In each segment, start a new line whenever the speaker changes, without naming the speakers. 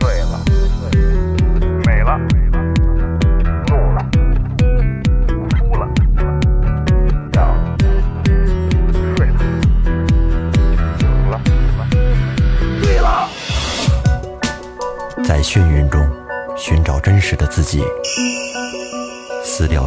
醉了，美了，怒了，哭了，笑了，睡了，醒了，醉了。
在眩晕中寻找真实的自己，撕掉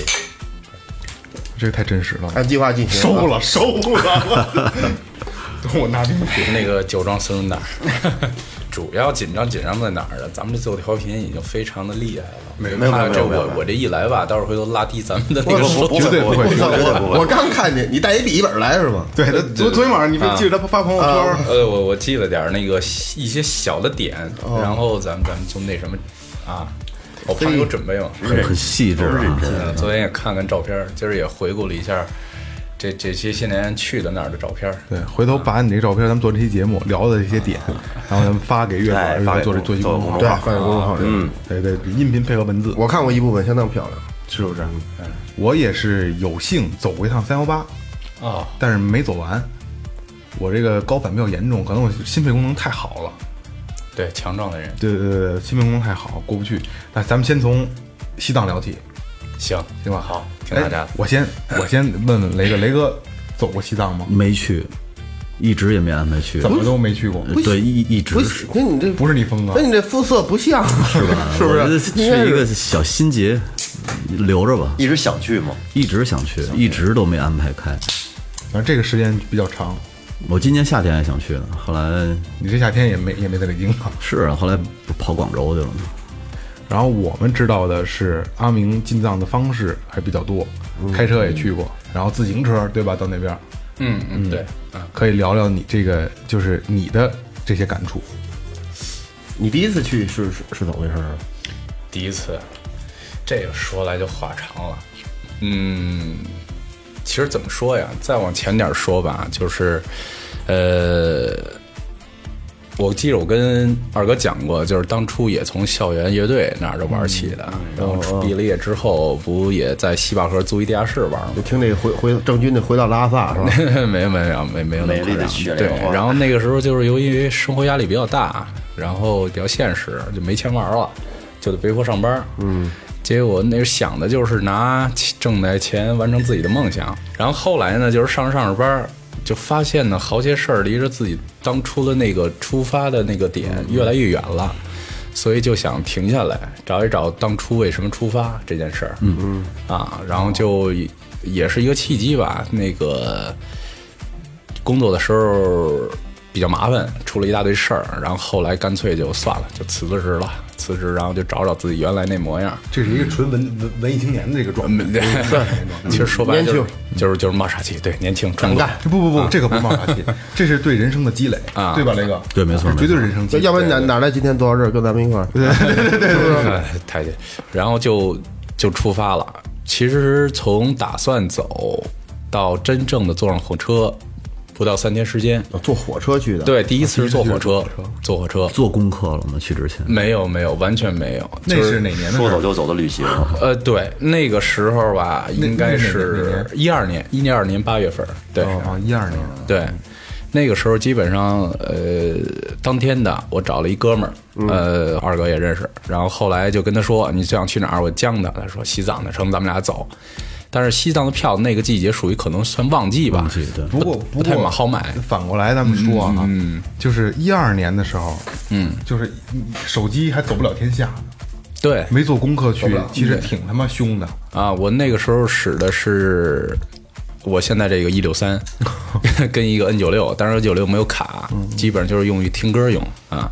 这个太真实了。
按计划进行。
收。了，收了。 我拿这个水
那个酒庄孙子哪儿？ 主要紧张紧张在哪儿呢？咱们这最后调频已经非常的厉害了，没
没有没有
这
没有没
我
有
我这一来吧，到时候回头拉低咱们的那个收
绝对不会。
我我刚看见你带一笔记本来是吗？
对，他昨昨天晚上你没记得他发朋友圈？
呃，我我记了点儿那个一些小的点，
哦
然后咱们咱们就那什么啊，我怕有准备嘛。
很细致啊。
嗯，昨天也看看照片儿，今儿也回顾了一下这这些些年去的哪儿的照片儿。
对，回头把你这照片，咱们做这期节目聊的这些点，然后咱们发给月
哎
管，然
发
后
给
做这做一
做
公众
公
号。
对
对
众号，
翻译公众号。嗯，
对对，对音频配合文字，
我看过一部分，相当漂亮。
是不是？我也是有幸走过一趟三幺八，
哦，
但是没走完。我这个高反比较严重，可能我心肺功能太好了。
对，强壮的人，
对对对，对心肺功能太好，过不去。那咱们先从西藏聊起，
行
行吧？
好，听大家
哎
的。
我先我先问问雷哥，雷哥走过西藏吗？
没去，一直也没安排去。
怎么都没去过，
对，一一直
不是，那你这
不是你疯啊
那！你这肤色不像是 吧？
是不是是一个小心结，留着吧。
一直想去吗？
一直想去，一直都没安排开。
反正这个时间比较长，
我今年夏天还想去呢，后来
你这夏天也没也没在北京啊。
是啊，后来不跑广州去了吗？
然后我们知道的是，阿明进藏的方式还比较多，开车也去过，然后自行车对吧？到那边儿
嗯嗯，对，
可以聊聊你这个就是你的这些感触。
你第一次去是是是怎么回事啊？
第一次，这个说来就话长了。嗯，其实怎么说呀？再往前点儿说吧，就是，呃，我记着我跟二哥讲过，就是当初也从校园乐队那儿就玩起的，然后毕了业之后，不也在西坝河租一地下室玩吗？
就听这回回郑钧的回到拉萨是吧？
没有没有没没有那
美
么
丽的
夸
雪
张。
莲
对
花，
然后那个时候就是由于生活压力比较大，然后比较现实，就没钱玩了，就得被迫上班。嗯，结果那时候想的就是拿挣来钱完成自己的梦想。然后后来呢，就是上着上着班。就发现呢，好些事儿离着自己当初的那个出发的那个点越来越远了，所以就想停下来找一找当初为什么出发这件事儿。嗯嗯啊，然后就也也是一个契机吧。那个工作的时候比较麻烦，出了一大堆事儿，然后后来干脆就算了，就辞了职了。辞职，然后就找找自己原来那模样。嗯
这是一个纯文文文艺青年的这个状态。
对，其实说白了就是
年
就是就是冒傻气，对，年轻
敢
冲动
干。
不不不，这个不是冒傻气，这是对人生的积累，
啊
对吧，雷哥？
对没错
这绝对是人生积累。
要不然哪哪来今天坐到这儿跟咱们一块儿？
哎，太对，然后就就出发了。其实从打算走到真正的坐上火车，不到三天时间。
坐火车去的，，
对，第一次是坐火车，坐火车
做功课了吗？去之前
没有没有，完全没有。
那是哪年的事
说走
儿？
就走的旅行，
呃，对，那个时候吧，应该是一二年，哦一二年八月份儿，对、
啊，一二年。
对，那个时候基本上呃，当天的我找了一哥们儿，呃，二哥也认识，然后后来就跟他说你想去哪儿，我将他，他说西藏的，成咱们俩走。但是西藏的票那个季节属于可能算旺季吧，
忘记对，
不过
不
不
太
过
好买
反过来咱们说啊，就是一二年的时候，嗯，就是手机还走不了天下，
对
没做功课去，其实挺他妈凶的。
啊，我那个时候使的是我现在这个一六三，跟一个 N 九六，当然 N 九六没有卡，基本上就是用于听歌用啊。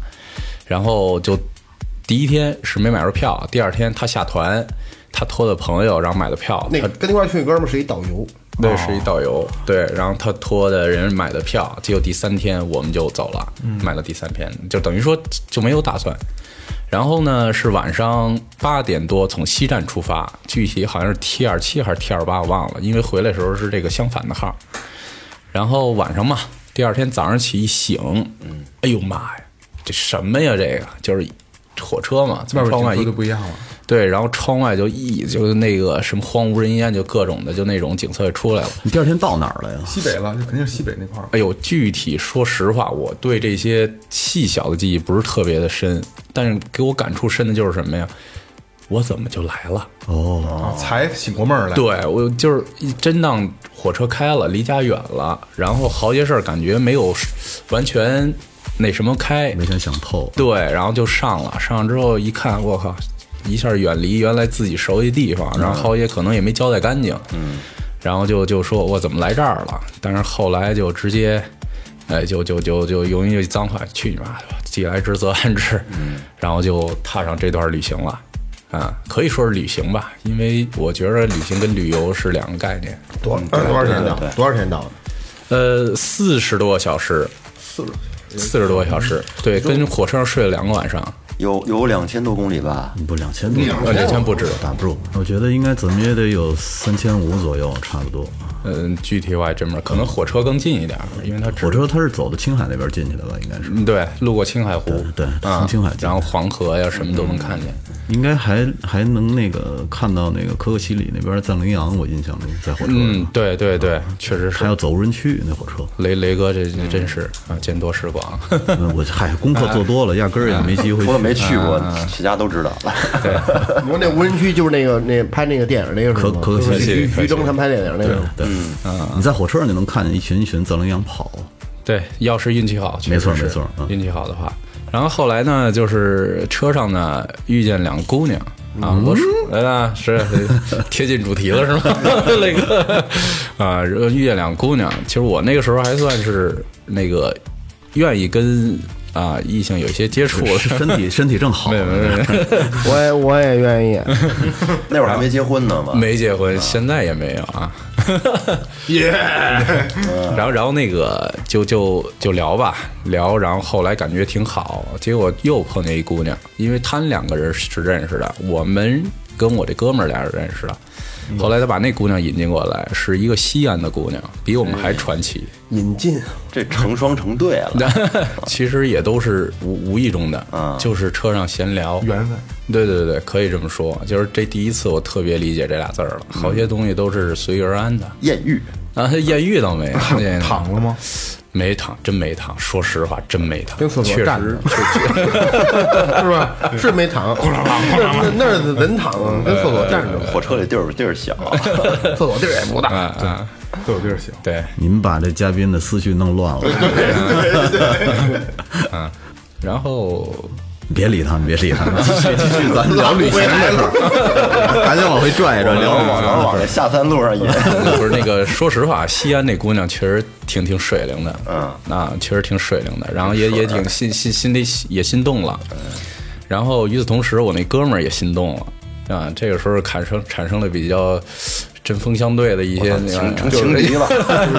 然后就第一天是没买着票，第二天他下团，他托的朋友然后买的票，
那
他
跟他一块儿去的哥们儿是一导游，
对是一导游，对，然后他托的人买的票，结果第三天我们就走了，买了第三天，就等于说就没有打算。然后呢，是晚上八点多从西站出发，具体好像是 T 二七还是 T 二八，我忘了，因为回来的时候是这个相反的号。然后晚上嘛，第二天早上起一醒，嗯，哎呦妈呀，这什么呀？这个就是火车嘛，
外
从
边
窗外
景色就
一
不一样了，
对，然后窗外就一就是那个什么荒无人烟，就各种的就那种景色就出来了。
你第二天到哪儿了呀？
西北了，就肯定是西北那块儿了。
哎呦，具体说实话，我对这些细小的记忆不是特别的深，但是给我感触深的就是什么呀？我怎么就来了？
哦，
啊，才醒过闷儿来。
对我就是一真当火车开了，离家远了，然后好些事儿感觉没有完全那什么开，
没先想透，
对，然后就上了，上了之后一看，我靠，一下远离原来自己熟悉的地方，然后郝爷可能也没交代干净，嗯，然后就就说我怎么来这儿了？但是后来就直接，哎，就就就就用一句脏话，去你妈的吧，既来之则安之，嗯，然后就踏上这段旅行了。啊，可以说是旅行吧，因为我觉得旅行跟旅游是两个概念。
多嗯多少天到？多少天到的？
呃，四十多个小时，四十多个小时，对，跟火车上睡了两个晚上，
有有两千多公里吧，
不两千多，
呃，两千不止，
打不住。我觉得应该怎么也得有三千五左右，差不多。
嗯，具体我还真不知道，可能火车更近一点儿，因为它只
火车它是走的青海那边进去的吧？应该是，
嗯对，路过青海湖，
对对
啊
从青海进
然后黄河呀什么都能看见。
应该还还能那个看到那个可可西里那边的藏羚羊，我印象中在火车
嗯
上，，
对对对，确实
还
是。
要走无人区那火车。
雷雷哥这这真是啊，见多识广。
嗯我嗨，功
哎
课做多了，压根儿也没机会
除了没
去。
去过，其他都知道。
你说那无人区就是那个那拍那个电影那个是
可
吗
可可
就是
西里
徐
可
徐
西里
峥他们拍电影那个，
对，
嗯啊
你在火车上就能看见一群一群藏羚羊跑，
对，要是运气好，确
没错
实
没
是
错嗯
运气好的话。然后后来呢，就是车上呢遇见两个姑娘啊，
嗯
我说来了是 贴近主题了是吗？ 那个啊，遇见两个姑娘，其实我那个时候还算是那个愿意跟啊异性有一些接触的，
身体身体正好
没有没有没 有
我也我也愿意，
那会儿还没结婚呢嘛，
没结婚，现在也没有啊。
耶，
然后，然后那个就就就聊吧，聊，然后后来感觉挺好，结果又碰见一姑娘，因为她们两个人是认识的，我们跟我这哥们儿俩人认识的。后来他把那姑娘引进过来，是一个西安的姑娘，比我们还传奇。
引进
这成双成对了，
其实也都是无无意中的，就是车上闲聊，
缘分。
对对对，可以这么说。就是这第一次，我特别理解这俩字儿了。好些东西都是随遇而安的。
艳遇
啊，艳遇倒没有，那个
躺了吗？
没躺，真没躺。说实话，真没躺。
跟厕所
确
站
实
着， 是吧？是没 躺，那那是人躺啊，跟厕所站着，
火车里地儿地儿小，
厕所地儿也不大。
都有地儿小。
对，
你们把这嘉宾的思绪弄乱 了，
然后
别理他们，别理他们， 继续继续，咱聊旅行这事儿，还得往回拽着聊
然后
旅
往
行
然后
的
往
事
这
儿。
下三路上引，
不是那个，说实话，西安那姑娘确实挺挺水灵的，
嗯
啊，确实挺水灵的，然后也也挺心心心里也心动了，然后与此同时，我那哥们儿也心动了，啊，这个时候产生产生了比较针锋相对的一些那个
成成情敌了。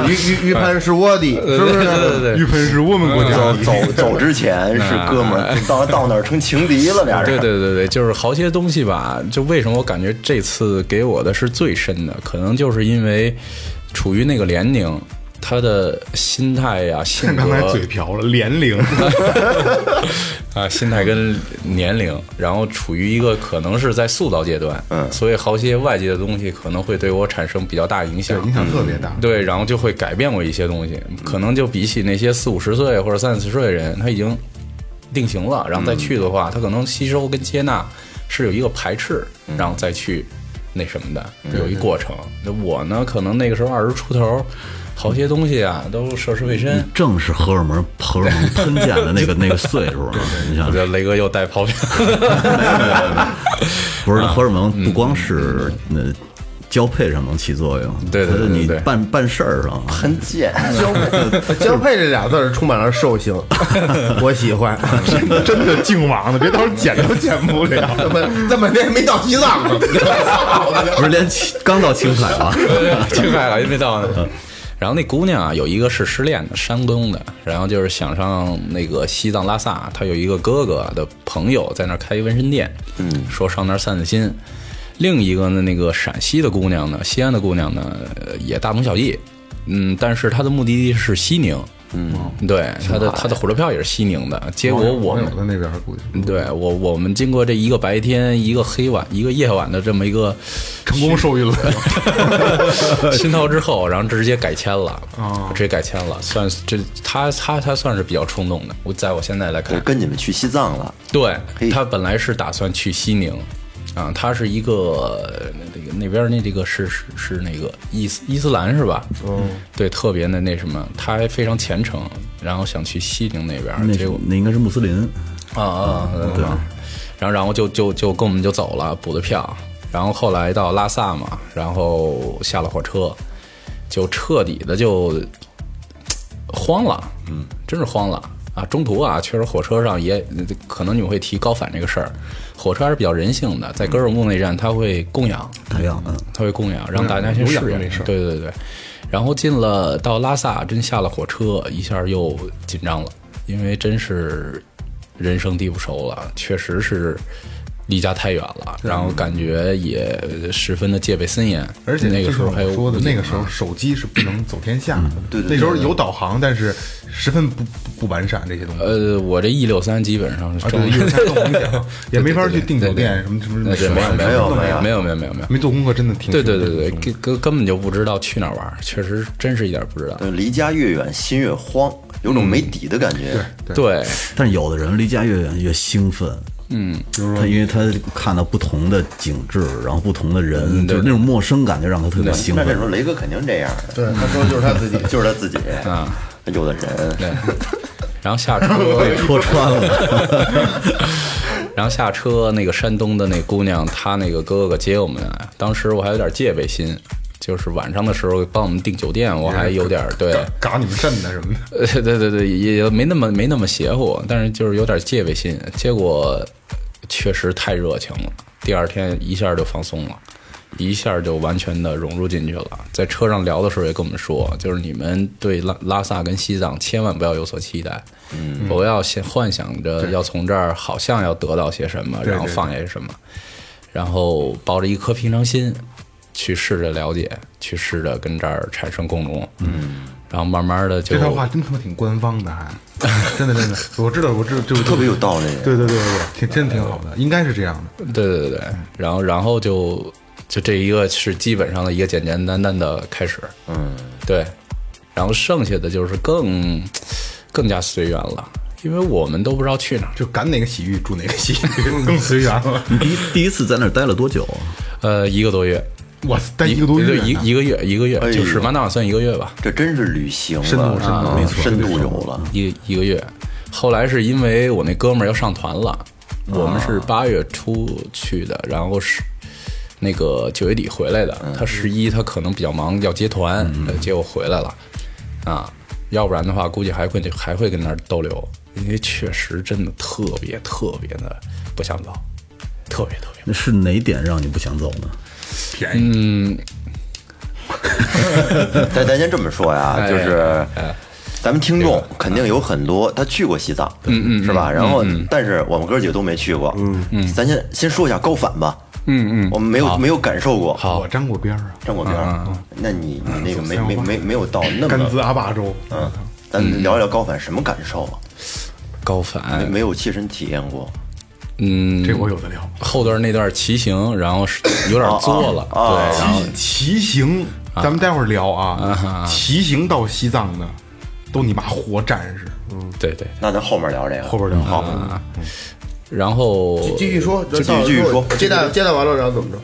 鱼鱼鱼盘是窝的，是不
对对
是？
对对
玉盆是我们国家
走走走之前是哥们儿，到到那儿成情敌了，俩
对
人。
对对对，就是好些东西吧。就为什么我感觉这次给我的是最深的，可能就是因为处于那个年龄，他的心态呀、性格
刚才嘴瓢了，年龄
啊，心态跟年龄，然后处于一个可能是在塑造阶段，嗯，所以好些外界的东西可能会对我产生比较大影响，
影响特别大。
对，然后就会改变我一些东西，可能就比起那些四五十岁或者三四十岁的人，他已经定型了，然后再去的话，他可能吸收跟接纳是有一个排斥，然后再去那什么的，有一过程。那我呢，可能那个时候二十出头，好些东西啊都涉世未深。
正是荷尔蒙荷尔蒙喷溅的 那个那个岁数啊，你想
我觉得雷哥又带跑偏，
不是荷尔蒙不光是那交配上能起作用，
对对对对
它
对
你办办事儿上啊，
很贱，
交配，交配这俩字儿充满了兽性，我喜欢。
真的净网的，别到时候剪都剪不了。
这么这么年没到西藏呢，
不是连青刚到青海 啊，
去海了，没到呢。然后那姑娘啊，有一个是失恋的，山东的，然后就是想上那个西藏拉萨，她有一个哥哥的朋友在那儿开一纹身店，嗯，说上那儿散散心。另一个呢，那个陕西的姑娘呢，西安的姑娘呢，呃也大同小异，嗯，但是她的目的地是西宁，嗯，对，她的她的火车票也是西宁的。结果我们
有的那边估计
对我我们经过这一个白天、一个黑晚、一个夜晚的这么一个
成功受孕了，
新涛之后，然后直接改签了，直接改签了，算这他他他算是比较冲动的。我在我现在来
对
看，
跟你们去西藏了，
对
嘿
他本来是打算去西宁，啊，他是一个那个那边儿那这个是是是那个伊斯伊斯兰是吧？嗯，对，特别的那什么，他还非常虔诚，然后想去西宁那边儿，
那
结果
那应该是穆斯林，
啊啊，
嗯
对。然后，然后就就就跟我们就走了，补的票。然后后来到拉萨嘛，然后下了火车，就彻底的就嘖慌了，嗯，真是慌了啊！中途啊，确实火车上也可能你们会提高反这个事儿，火车还是比较人性的，在格尔木那站他会供养，
太阳嗯。
他会供养，让大
嗯
家先适应。对对对，然后进了到拉萨，真下了火车，一下又紧张了，因为真是人生地不熟了，确实是离家太远了，然后感觉也十分的戒备森严。
而且
那个时候还有
就像我说的
武警
那个时候手机是不能走天下的，
嗯
对对对
那时候有导航，但是十分不不不完善这些东西。
呃，我这 E 六三基本上是
啊，
正
对，有 点更明显，也没法去订酒店什么什么什么
对，
什
没有
么，什
没
么
有
都
没
没
有没有没有没有没有。
没做功课，真的挺
对对对对，根根根本就不知道去哪儿玩儿，确实真是一点儿不知道。
呃离家越远心越慌，有种没底的感觉。
对，
但是有的人离家越远越兴奋，嗯，他因为他看到不同的景致，然后不同的人，就是那种陌生感就让他特别兴
那这时候
奋。
雷哥肯定这样的，
对，他说就是他自己。
就是他自己啊。有的人
对，然后下车
戳穿了，
然后下车，那个山东的那姑娘，她那个哥哥接我们来，当时我还有点戒备心，就是晚上的时候帮我们订酒店，我还有点对，
嘎你们镇的什么的，
呃， 对对对，也也没那么没那么邪乎，但是就是有点戒备心。结果确实太热情了，第二天一下就放松了，一下就完全的融入进去了。在车上聊的时候也跟我们说，就是你们对拉拉萨跟西藏千万不要有所期待，嗯，不要先幻想着要从这儿好像要得到些什么，然后放下些什么。然后抱着一颗平常心去试着了解，去试着跟这儿产生共鸣，嗯，然后慢慢的就
这套话真他妈挺官方的，还真的真的，我知道，我知道，就
特别有道理
对对对对对，挺真的挺好的，应该是这样的。
对对对，对，然后然后就就这一个是基本上的一个简简单单的开始，嗯，对，然后剩下的就是更更加随缘了，因为我们都不知道去哪儿。
就赶哪个洗浴住哪个洗浴，更随缘了。
你第一第一次在那儿待了多久啊？
呃，一个多月，
我待哎一个多月
对
呢，啊哎
一一个月，一个月，
呦
就是满打满算一个月吧，
这真是旅行了，
深度深度
啊
没错
深度有了。
一一个月。后来是因为我那哥们儿要上团了，我们是八月初去的，然后是那个九月底回来的。他十一他可能比较忙，要接团，呃接我回来了啊，要不然的话估计还会还会跟那儿逗留，因为确实真的特别特别的不想走，特别特别。
那是哪点让你不想走呢？
便
嗯
宜，
但咱先这么说呀，就是咱们听众肯定有很多他去过西藏，嗯嗯，是吧？然后，但是我们哥几个都没去过，嗯嗯，咱先先说一下高反吧，嗯嗯，我们没有没有感受过，
我沾过边儿啊，
张果边儿，那你你那个没没没没有到那
甘孜
么，
阿坝啊州，
嗯，咱们聊一聊高反什么感受啊？
高反
没没有切身体验过，
嗯，
这我有的聊。
后段那段骑行，然后是有点作了，
啊啊啊
对，然后
骑行，咱们待会儿聊啊。骑行到西藏的，都你妈活战士，
对对，
那咱后面聊这个，
后边聊
好，
然后
继续说，
就继续继续说
接待接待完了，然后怎么着？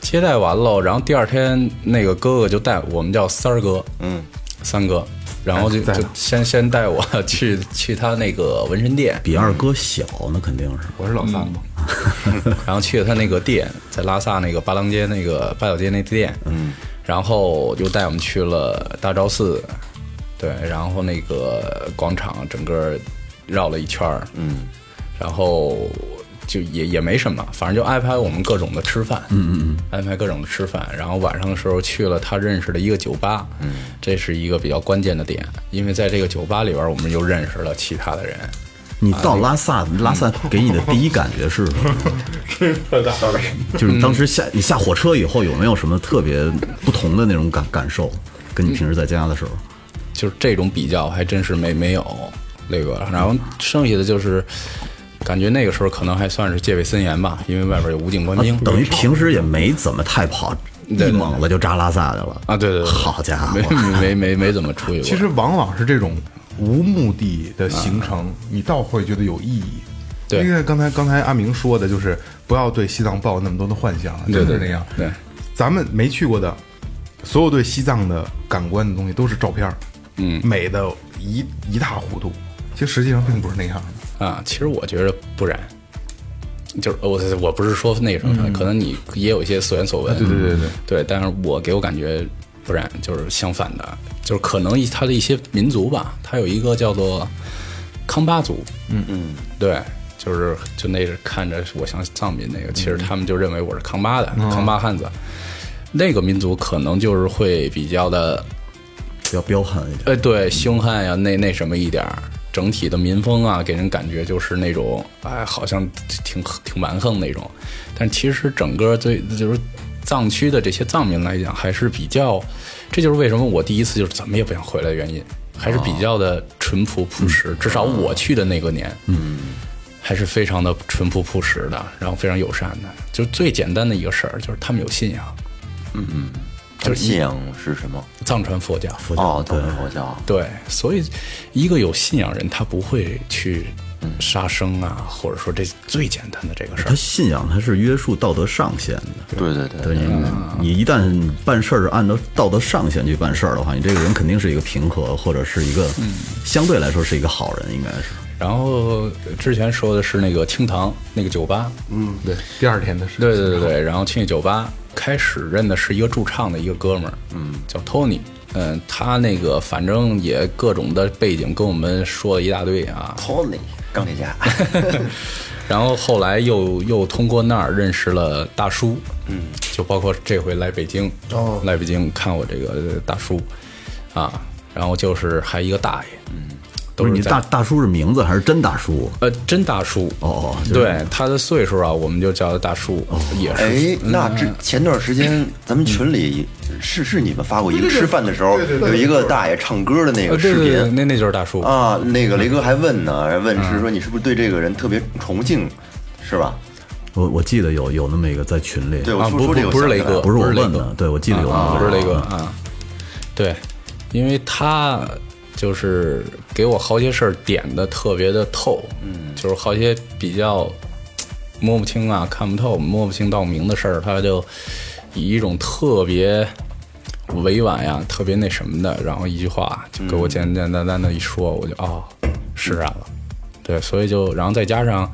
接待完了，然后第二天那个哥哥就带我们叫三儿哥，嗯，三哥，然后就
在
就先先带我去去他那个纹身店，
比二哥小，那肯定是。
我是老三嘛。
嗯然后去了他那个店，在拉萨那个巴郎街那个八角街那店，嗯，然后又带我们去了大昭寺，对，然后那个广场整个绕了一圈儿，嗯，然后就也也没什么，反正就安排我们各种的吃饭，嗯嗯嗯，安排各种的吃饭，然后晚上的时候去了他认识的一个酒吧，嗯，这是一个比较关键的点，因为在这个酒吧里边儿，我们又认识了其他的人，
你到拉萨，拉萨给你的第一感觉是什么？就是当时下你下火车以后，有没有什么特别不同的那种感感受？跟你平时在家的时候，
就是这种比较还真是没没有那个，然后剩下的就是感觉那个时候可能还算是戒备森严吧，因为外边有武警官兵，
那啊等于平时也没怎么太跑，
对
一猛子就扎拉萨去了
啊，对对对，
好家伙
没，没没没怎么出去过。
其实往往是这种无目的的行程，你倒会觉得有意义。
啊对
因为刚才刚才阿明说的就是不要对西藏抱有那么多的幻想啊，真的是那样。
对，
咱们没去过的，所有对西藏的感官的东西都是照片，嗯，美的一一塌糊涂。其实实际上并不是那样的，
啊，其实我觉得不然，就是呃我我不是说那什么，可能你也有一些所言所闻，嗯啊对对对对对，但是我给我感觉不然，就是相反的，就是可能它的一些民族吧，它有一个叫做康巴族，嗯嗯，对。就是就那个看着我像藏民那个，其实他们就认为我是康巴的、康巴汉子，那个民族可能就是会比较的
比较彪悍一点。
呃，对，凶悍呀、那那什么一点儿，整体的民风啊，给人感觉就是那种，哎，好像挺挺蛮横那种。但其实整个对，就是藏区的这些藏民来讲，还是比较，这就是为什么我第一次就是怎么也不想回来的原因，还是比较的淳朴朴实。至少我去的那个年，嗯，还是非常的淳朴朴实的，然后非常友善的。就最简单的一个事儿，就是他们有信仰，
就是信仰是什么？
藏传佛教。
佛教
哦，藏传佛教，
对，所以一个有信仰人，他不会去杀生啊，或者说这最简单的这个事
他
儿。
信仰他是约束道德上限的。
对对对，
对你，
嗯
你一旦办事儿按照道德上限去办事儿的话，你这个人肯定是一个平和，或者是一个
嗯
相对来说是一个好人，应该是。
然后之前说的是那个厅堂那个酒吧，嗯，对，
第二天的事。
对对对对，然后去那酒吧开始认的是一个驻唱的一个哥们儿，嗯，叫 Tony。嗯，他那个反正也各种的背景跟我们说了一大堆啊，
Tony 钢铁侠，
然后后来又又通过那儿认识了大叔，嗯，就包括这回来北京，哦，来北京看我这个呃大叔，啊，然后就是还一个大爷，嗯，都
不是
是
你
在
大大叔是名字还是真大叔？
呃真大叔
哦哦就是哦
对他的岁数啊，我们就叫他大叔，也是
哎，那之前段时间咱们群里是是你们发过一个吃饭的时候有一个大爷唱歌的那
呃
个
对
视
对对，
频
那那就是大叔
啊，那个雷哥还问呢，问是说你是不是对这个人特别崇敬，是吧？
我我记得有有那么一个在群里，
对，我
啊，
说
不
说这个
不不是
我想起
雷
来
哥，
了
不是我
雷
问
哥
的，对我记得有那
啊，
么
不是
一
雷
个
哥啊，对，因为他就是给我好些事儿点的特别的透，嗯，就是好些比较摸不清啊、看不透、摸不清道不明的事儿，他就以一种特别委婉呀、特别那什么的，然后一句话就给我简简单单的一说，我就哦，释然了。对，所以就然后再加上，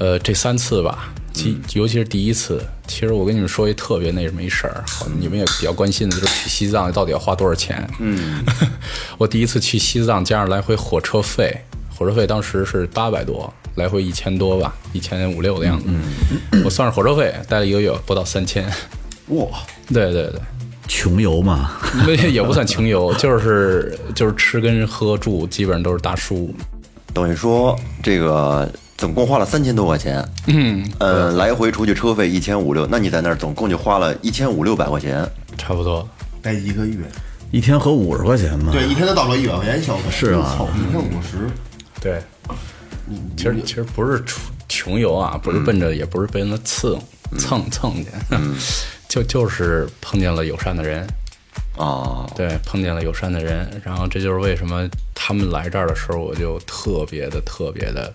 呃，这三次吧，其尤其是第一次，其实我跟你们说一特别那什么一事儿，好你们也比较关心的，就是去西藏到底要花多少钱？嗯， 我第一次去西藏，加上来回火车费，火车费当时是八百多，来回一千多吧，一千五六的样子。嗯，我算是火车费，待了一个月，不到三千。
哇，
对对对。
穷游嘛，
那也不算穷游，就是就是吃跟喝住，基本上都是大叔。
等于说这个总共花了三千多块钱，嗯，
啊
呃，来回出去车费一千五六，那你在那儿总共就花了一千五六百块钱，
差不多，
待一个月，
一天合五十块钱嘛。
对，一天都到不了一百块钱消费，
是啊
操，一天五十，
对。其实其实不是穷穷游啊，不是奔
嗯
着，也不是奔着蹭蹭蹭去， 就就是碰见了友善的人，
啊，
对，碰见了友善的人，然后这就是为什么他们来这儿的时候，我就特别的特别的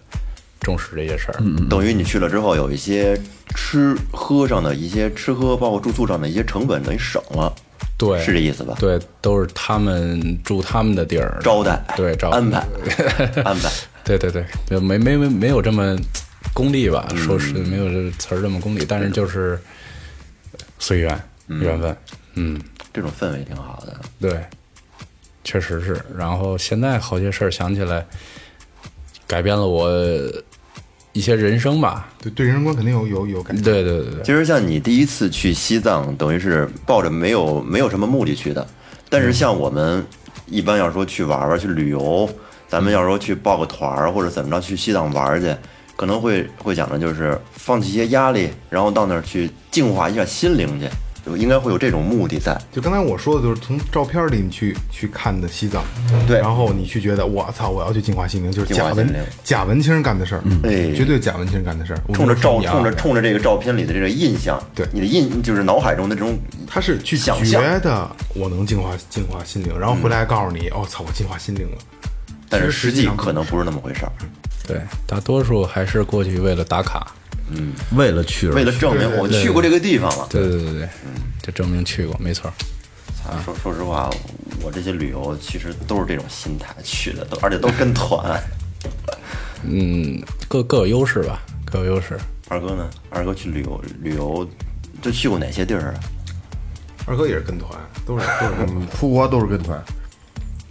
重视这些事儿。
等于你去了之后有一些吃喝上的一些吃喝，包括住宿上的一些成本，等于省了，
对，
是这意思吧？
对，都是他们住他们的地儿，
招待，
对招
安排， 安排，
对对对，就没没没没有这么功利吧？
嗯
说是没有这词儿这么功利，但是就是随缘缘分，嗯，
这种氛围挺好的。
对，确实是。然后现在好些事儿想起来，改变了我一些人生吧。
对对人生观肯定有有有感觉。
对对对对，
其实像你第一次去西藏，等于是抱着没有没有什么目的去的。但
嗯
是像我们一般要说去玩玩、去旅游，咱们要说去报个团儿或者怎么着去西藏玩去，可能会会讲的就是放弃一些压力，然后到那儿去净化一下心灵去，就应该会有这种目的在。
就刚才我说的，就是从照片里你去去看的西藏，
对
然后你去觉得我操，我要去净化心灵，就是
净化
假文
心灵
假文青干的事儿，嗯
哎
绝对假文青干的事儿。
冲着照
我跟你说
冲着冲着这个照片里的这个印象，
对
你的印就是脑海中的这种，
他是去
想象
觉得我能净化净化心灵，然后回来告诉你，哦操，我净化心灵了。
但是
其实
实
实际
际
上
可能不是那么回事儿。
对，大多数还是过去为了打卡。
为了去而去，
为了证明我去过这个地方了，
对对对对，就证明去过，没错儿。
说说实话，我这些旅游其实都是这种心态去的，都而且都跟团。
嗯，各各有优势吧，各有优势。
二哥呢？二哥去旅游旅游，都去过哪些地儿啊？
二哥也是跟团，都是都是 跟团。
嗯出国都是跟团。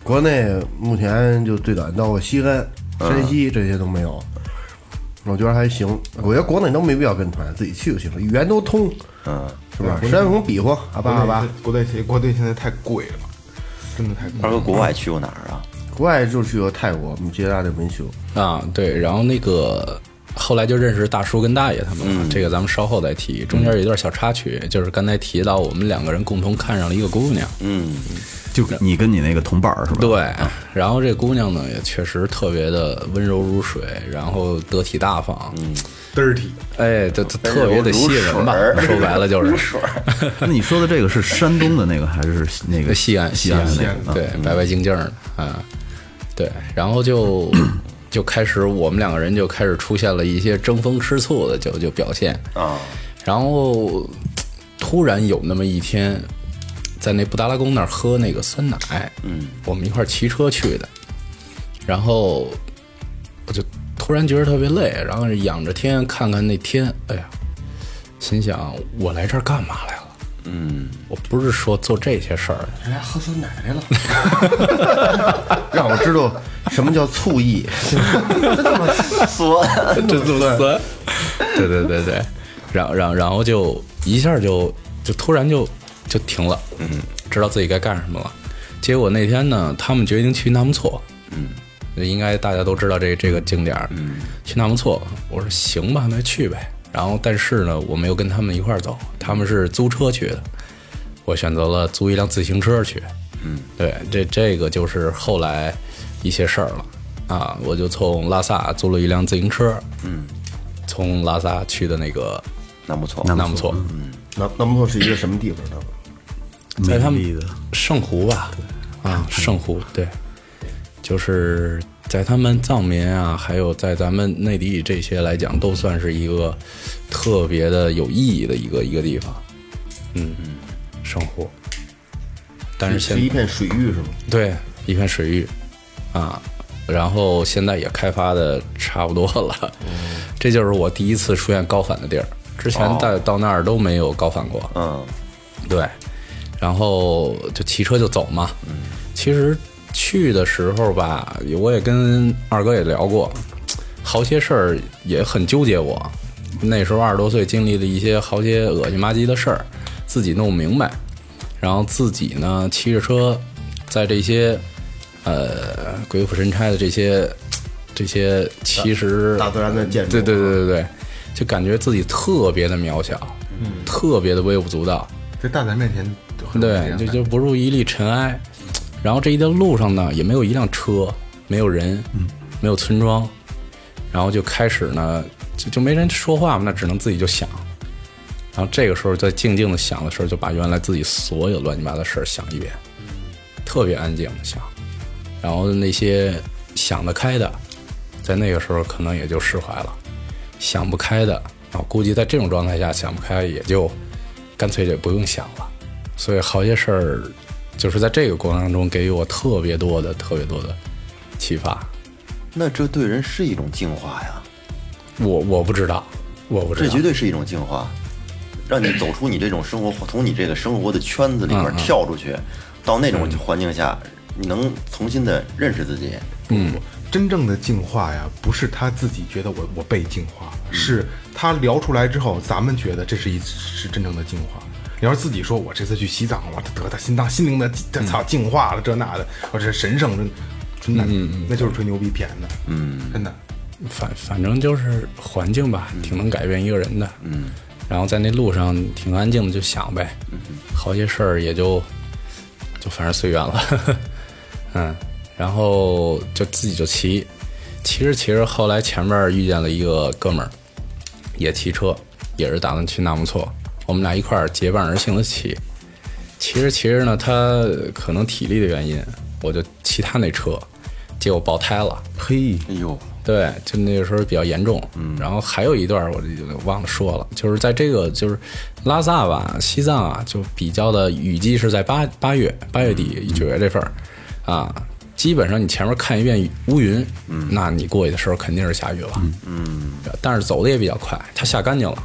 国内目前就最早到过西安、山西这些都没有，我觉得还行。我觉得国内都没必要跟团，自己去就行了，语言都通，
嗯，
是吧？山红比划，阿巴阿巴。
国队国队现在太贵了，真的太贵了。
二哥国外去过哪儿啊？
国外就去过泰国，米吉拉的文修，
啊，对，然后那个后来就认识大叔跟大爷他们了，这个咱们稍后再提。中间有一段小插曲，就是刚才提到我们两个人共同看上了一个姑娘，
嗯，
就你跟你那个同伴儿是吧？
对，然后这姑娘呢也确实特别的温柔如水，然后得体大方，
嗯
dirty，
哎，这这特别的吸引人吧
温柔哎如？水
说白了就是
那你说的这个是山东的那个还是那个
西安
西
安
安的
那
那
个
嗯
个？
对，白白净净的啊，对，然 后就就开始我们两个人就开始出现了一些争风吃醋的就就表现，
啊，
然后突然有那么一天，在那布达拉宫那儿喝那个酸奶，嗯，我们一块儿骑车去的，然后我就突然觉得特别累，然后仰着天看看那天，哎呀，心想我来这儿干嘛来了？嗯，我不是说做这些事儿，
人家喝酸奶来了， 让我知道什么叫醋意，
酸，
这这么酸，对对对对，然后然后然后就一下就就突然就就停了，嗯，知道自己该干什么了。结果那天呢，他们决定去纳木错，嗯，嗯应该大家都知道这这个景点儿，去纳木错。我说行吧，那去呗。然后但是呢，我没有跟他们一块儿走，他们是租车去的，我选择了租一辆自行车去。嗯，对，这这个就是后来一些事儿了啊，我就从拉萨租了一辆自行车，嗯，从拉萨去的那个
那不错，
纳木错，
那那木错是一个什么地方呢？
在哎他
美丽
们
的
圣湖吧，啊，圣湖对，就是在他们藏民啊，还有在咱们内地这些来讲，都算是一个特别的有意义的一个一个地方。嗯，圣湖，但是现
是一片水域是吗？
对一片水域啊，然后现在也开发的差不多了，这就是我第一次出现高反的地儿，之前到到那儿都没有高反过。
嗯，
对，然后就骑车就走嘛。
嗯
其实去的时候吧，我也跟二哥也聊过，好些事儿也很纠结我。那时候二十多岁，经历了一些好些恶心吧唧的事儿，自己弄不明白，然后自己呢骑着车，在这些呃鬼斧神差的这些这些，其实
大自然的建筑，嗯
对对对对对，就感觉自己特别的渺小，
嗯
特别的微不足道。
在大咱面前都很容易
对，
这
就
样
就不入一粒尘埃。然后这一条路上呢，也没有一辆车，没有人，
嗯
没有村庄，然后就开始呢，就就没人说话嘛，那只能自己就想。然后这个时候在静静的想的时候，就把原来自己所有乱七八糟的事儿想一遍，
嗯
特别安静的想。然后那些想得开的，在那个时候可能也就释怀了；想不开的，啊，估计在这种状态下想不开，也就干脆就不用想了。所以好些事儿，就是在这个过程当中给予我特别多的、特别多的启发。
那这对人是一种净化呀，
我我不知道，我不知
这
道，
绝对是一种净化，让你走出你这种生活，从你这个生活的圈子里面跳出去，到那种环境下，你能重新的认识自己。
真正的净化呀，不是他自己觉得我我被净化了，
嗯
是他聊出来之后，咱们觉得这是一是真正的净化。你要是自己说我这次去西藏，我得到心脏心灵的这操净化了这那的，我这神圣这真
嗯
的，那就是吹牛逼骗人的，嗯，真的。
反反正就是环境吧，挺能改变一个人的。嗯，然后在那路上挺安静的，就想呗，好些事儿也就就反正随缘了。 嗯，然后就自己就骑，骑着骑着，后来前面遇见了一个哥们儿，也骑车，也是打算去纳木错，我们俩一块儿结伴而行的骑。骑着骑着呢，他可能体力的原因，我就骑他那车，结果爆胎了。
嘿，
哎呦，
对，就那个时候比较严重。嗯，然后还有一段我就忘了说了，就是在这个就是拉萨吧，西藏啊，就比较的雨季是在八八月八月底九月这份儿啊，基本上你前面看一遍乌云，嗯，那你过去的时候肯定是下雨了，嗯，但是走的也比较快，它下干净了，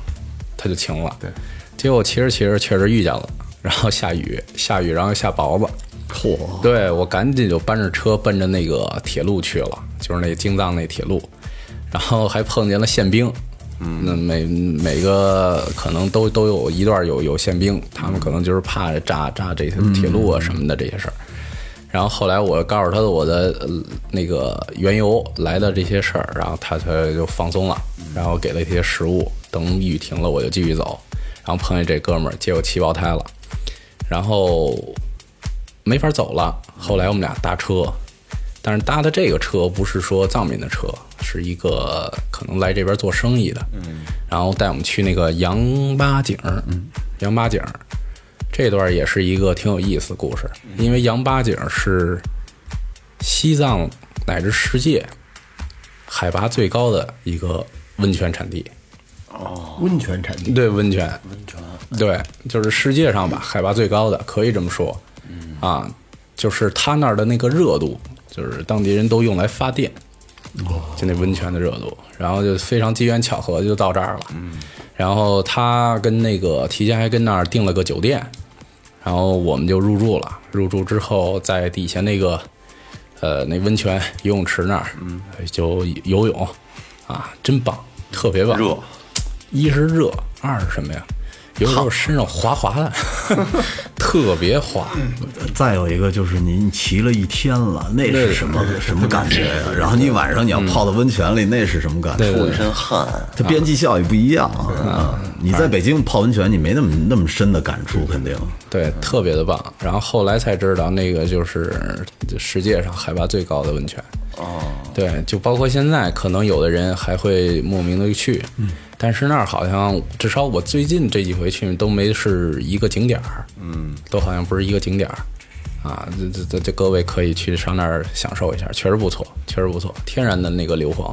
它就晴了。对，结果骑着骑着确实遇见了，然后下雨，下雨，然后下雹子。
嚯，
对我赶紧就搬着车奔着那个铁路去了，就是那京藏那铁路，然后还碰见了宪兵，嗯，那每每个可能都都有一段有有宪兵，他们可能就是怕炸炸这些铁路啊什么的这些事儿。然后后来我告诉他的我的呃那个缘由来的这些事儿，然后他才就放松了，然后给了一些食物。等雨停了，我就继续走，然后碰见这哥们儿，结果气爆胎了，然后没法走了。后来我们俩搭车，但是搭的这个车不是说藏民的车，是一个可能来这边做生意的，嗯，然后带我们去那个羊八井，嗯，羊八井这段也是一个挺有意思的故事，因为羊八井是西藏乃至世界海拔最高的一个温泉产地，
温泉产地，
对温泉，温泉，对，就是世界上吧，海拔最高的，可以这么说，啊，就是它那儿的那个热度，就是当地人都用来发电，就那温泉的热度，然后就非常机缘巧合就到这儿了，然后他跟那个提前还跟那儿订了个酒店，然后我们就入住了，入住之后在底下那个。呃，那温泉游泳池那儿，嗯，就游泳，啊，真棒，特别棒，
热，
一是热，二是什么呀？有时候身上滑滑的， 特别滑。
再有一个就是你你骑了一天了，那是什么什么感觉呀？然后你晚上你要泡到温泉里，那是什么感觉？
嗯
出一身汗，
它
啊
边际效益不一样啊！你在北京泡温泉，你没那么那么深的感触，肯定。
对，特别的棒。然后后来才知道，那个就是世界上海拔最高的温泉。哦，对，就包括现在，可能有的人还会莫名的去，嗯，但是那儿好像至少我最近这几回去都没是一个景点儿，嗯，都好像不是一个景点儿，啊，这这这这各位可以去上那儿享受一下，确实不错，确实不错，天然的那个硫磺，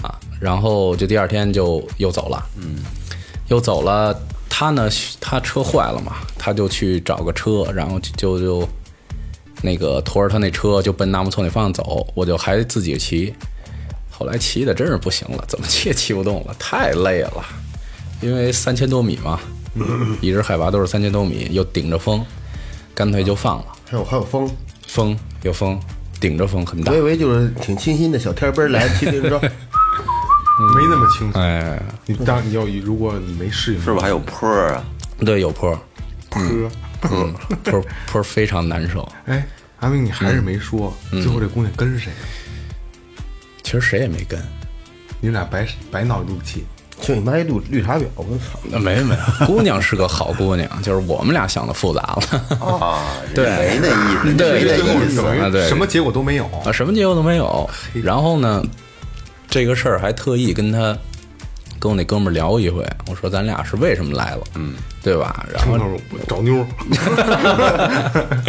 啊，然后就第二天就又走了，嗯，又走了，他呢，他车坏了嘛，他就去找个车，然后就就。就那个驮着他那车就奔纳木错那方向走，我就还自己骑。后来骑的真是不行了，怎么骑也骑不动了，太累了。因为三千多米嘛，一直海拔都是三千多米，又顶着风，干脆就放了。
还有还有风，
风有风，顶着风很大
我以。为就是挺清新的小天奔来骑自行车，
没那么轻松。
嗯哎，
你当你要如果你没适应，
是不是还有坡儿啊？
对，有坡，
喝？
嗯，坡坡非常难受。
哎，阿明，你还是没说，
嗯
最后这姑娘跟谁了？
其实谁也没跟，
你们俩白白闹一气。
就你妈一绿绿茶婊，我操！
那啊没没， 姑娘是个好姑娘，就是我们俩想的复杂了。
啊，
对
没那意思，
对
没
最
那
后
意思。
等
啊对
于什么结果都没有。
啊，什么结果都没有。然后呢，这个事儿还特意跟他跟我那哥们儿聊一回，我说咱俩是为什么来了，嗯，对吧？然后
那会儿我找妞儿，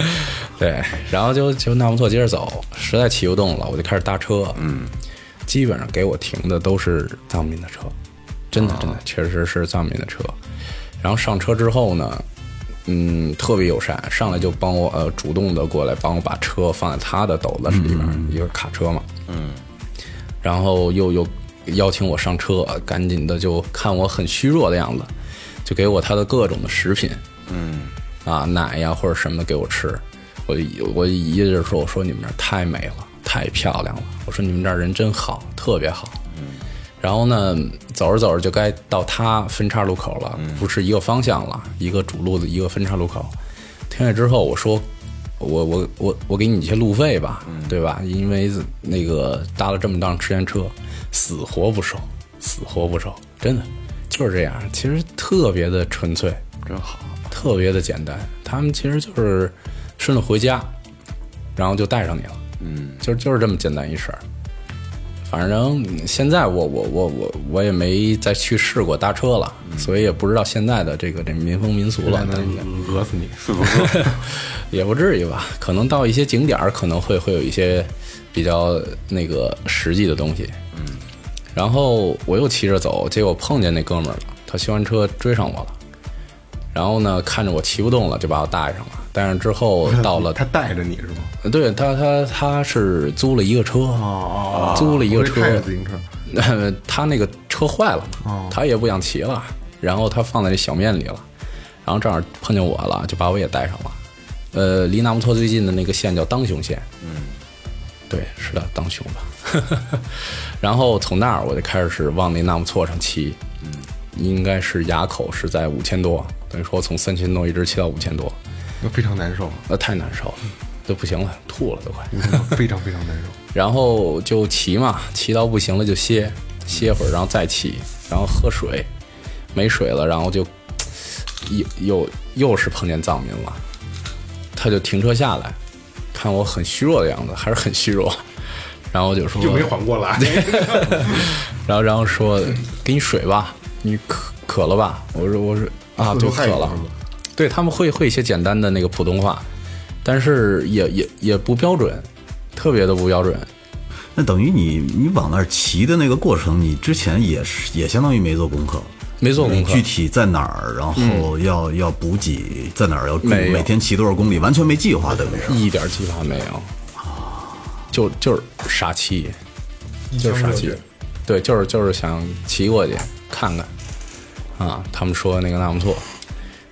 对，然后就就纳木错接着走，实在骑不动了，我就开始搭车，嗯，基本上给我停的都是藏民的车，真的真的确实是藏民的车。然后上车之后呢，嗯，特别友善，上来就帮我呃主动的过来帮我把车放在他的斗子里边，一个卡车嘛，嗯，然后又又邀请我上车，赶紧的就看我很虚弱的样子，就给我他的各种的食品，啊奶呀或者什么的给我吃，我就我一劲儿说，我说你们这儿太美了，太漂亮了，我说你们这儿人真好，特别好。然后呢，走着走着就该到他分岔路口了，不是一个方向了，一个主路的一个分岔路口。停下之后，我说，我我我我给你一些路费吧，
嗯
对吧？因为那个搭了这么长时间车，死活不收，死活不收，真的就是这样。其实特别的纯粹，
真好，
特别的简单。他们其实就是顺路回家，然后就带上你了，
嗯，
就就是这么简单一事儿。反正现在我我我我我也没再去试过搭车了，
嗯
所以也不知道现在的这个这民风民俗了，但是
讹死你！
是不是？
也不至于吧。可能到一些景点儿，可能会会有一些比较那个实际的东西。嗯，然后我又骑着走，结果碰见那哥们儿了，他修完车追上我了。然后呢，看着我骑不动了，就把我带上了。带上之后到 了
他带着你是吗？
对他，他他是租了一个车，
哦
租了一个
我以为开
车
着，自行车，
呃 他那个车坏了嘛，他也不想骑了，然后他放在这小面里了，然后正好碰见我了，就把我也带上了。呃，离纳木错最近的那个县叫当雄县，嗯，对，是的，当雄吧。 然后从那儿我就开始往那纳木错上骑，嗯，应该是垭口是在五千多，等于说从三千多一直骑到五千多，
那非常难受，啊
那太难受了，都不行了，吐了都快。
非常非常难 受。
然后就骑嘛，骑到不行了就歇歇会儿，然后再骑，然后喝水，没水了，然后就又又又是碰见藏民了，他就停车下来，看我很虚弱的样子，还是很虚弱，然后就说
就没缓过来，
然后然后说给你水吧，你渴渴了吧？我说我说啊，
说
就渴
汉语
了
是吗。
对他们会会一些简单的那个普通话，但是也也也不标准，特别的不标准。
那等于你你往那儿骑的那个过程，你之前也是也相当于没做功课。
没做功
你
课，嗯
具体在哪儿，然后要要补给，在哪儿要住，
没有
每天骑多少公里，完全没计划，等于是。
一点计划没有，就就是傻气，就是傻气，对，就是就是想骑过去看看啊。他们说那个纳木错，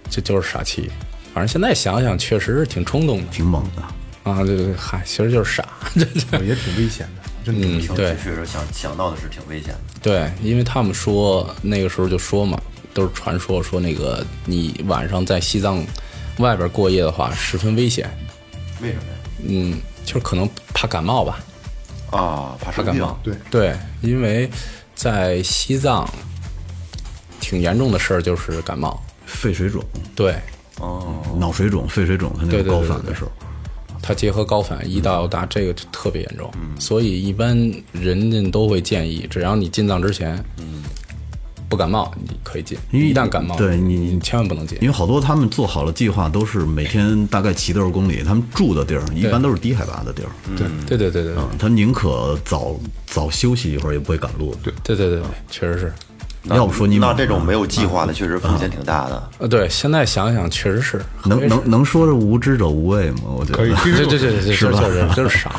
这就是傻气。反正现在想想，确实是挺冲动的
挺猛的，
啊！对对对，嗨，其实就是傻， 这这
也挺危险的，真的。
嗯，对
确实想想到的是挺危险的。
对，因为他们说那个时候就说嘛，都是传说，说那个你晚上在西藏外边过夜的话，十分危险。
为什么
嗯，就是可能怕感冒吧。
呀？啊，怕
怕
生
感
病
冒。。
对
对，因为在西藏挺严重的事儿就是感冒。
肺水肿、
对，
脑水肿、肺水肿，它那
对
个
对
高
对
反
对
的时候，
它结合高反胰岛大这个就特别严重，所以一般人家都会建议，只要你进藏之前，不感冒你可以进，
因为
一旦感冒，
对你
你千万不能进
因。为好多他们做好了计划，都是每天大概骑多少公里，他们住的地儿一般都是低海拔的地儿，
对对对对
嗯，他宁可早早休息一会儿，也不会赶路。对，
对对对对，确实是。
要不说你
那这种没有计划的，确实风险挺大的。
呃，对，现在想想确实是，
能能能说是无知者无畏吗？我觉 得
可以，
对对对对对，
是吧
就是就是傻，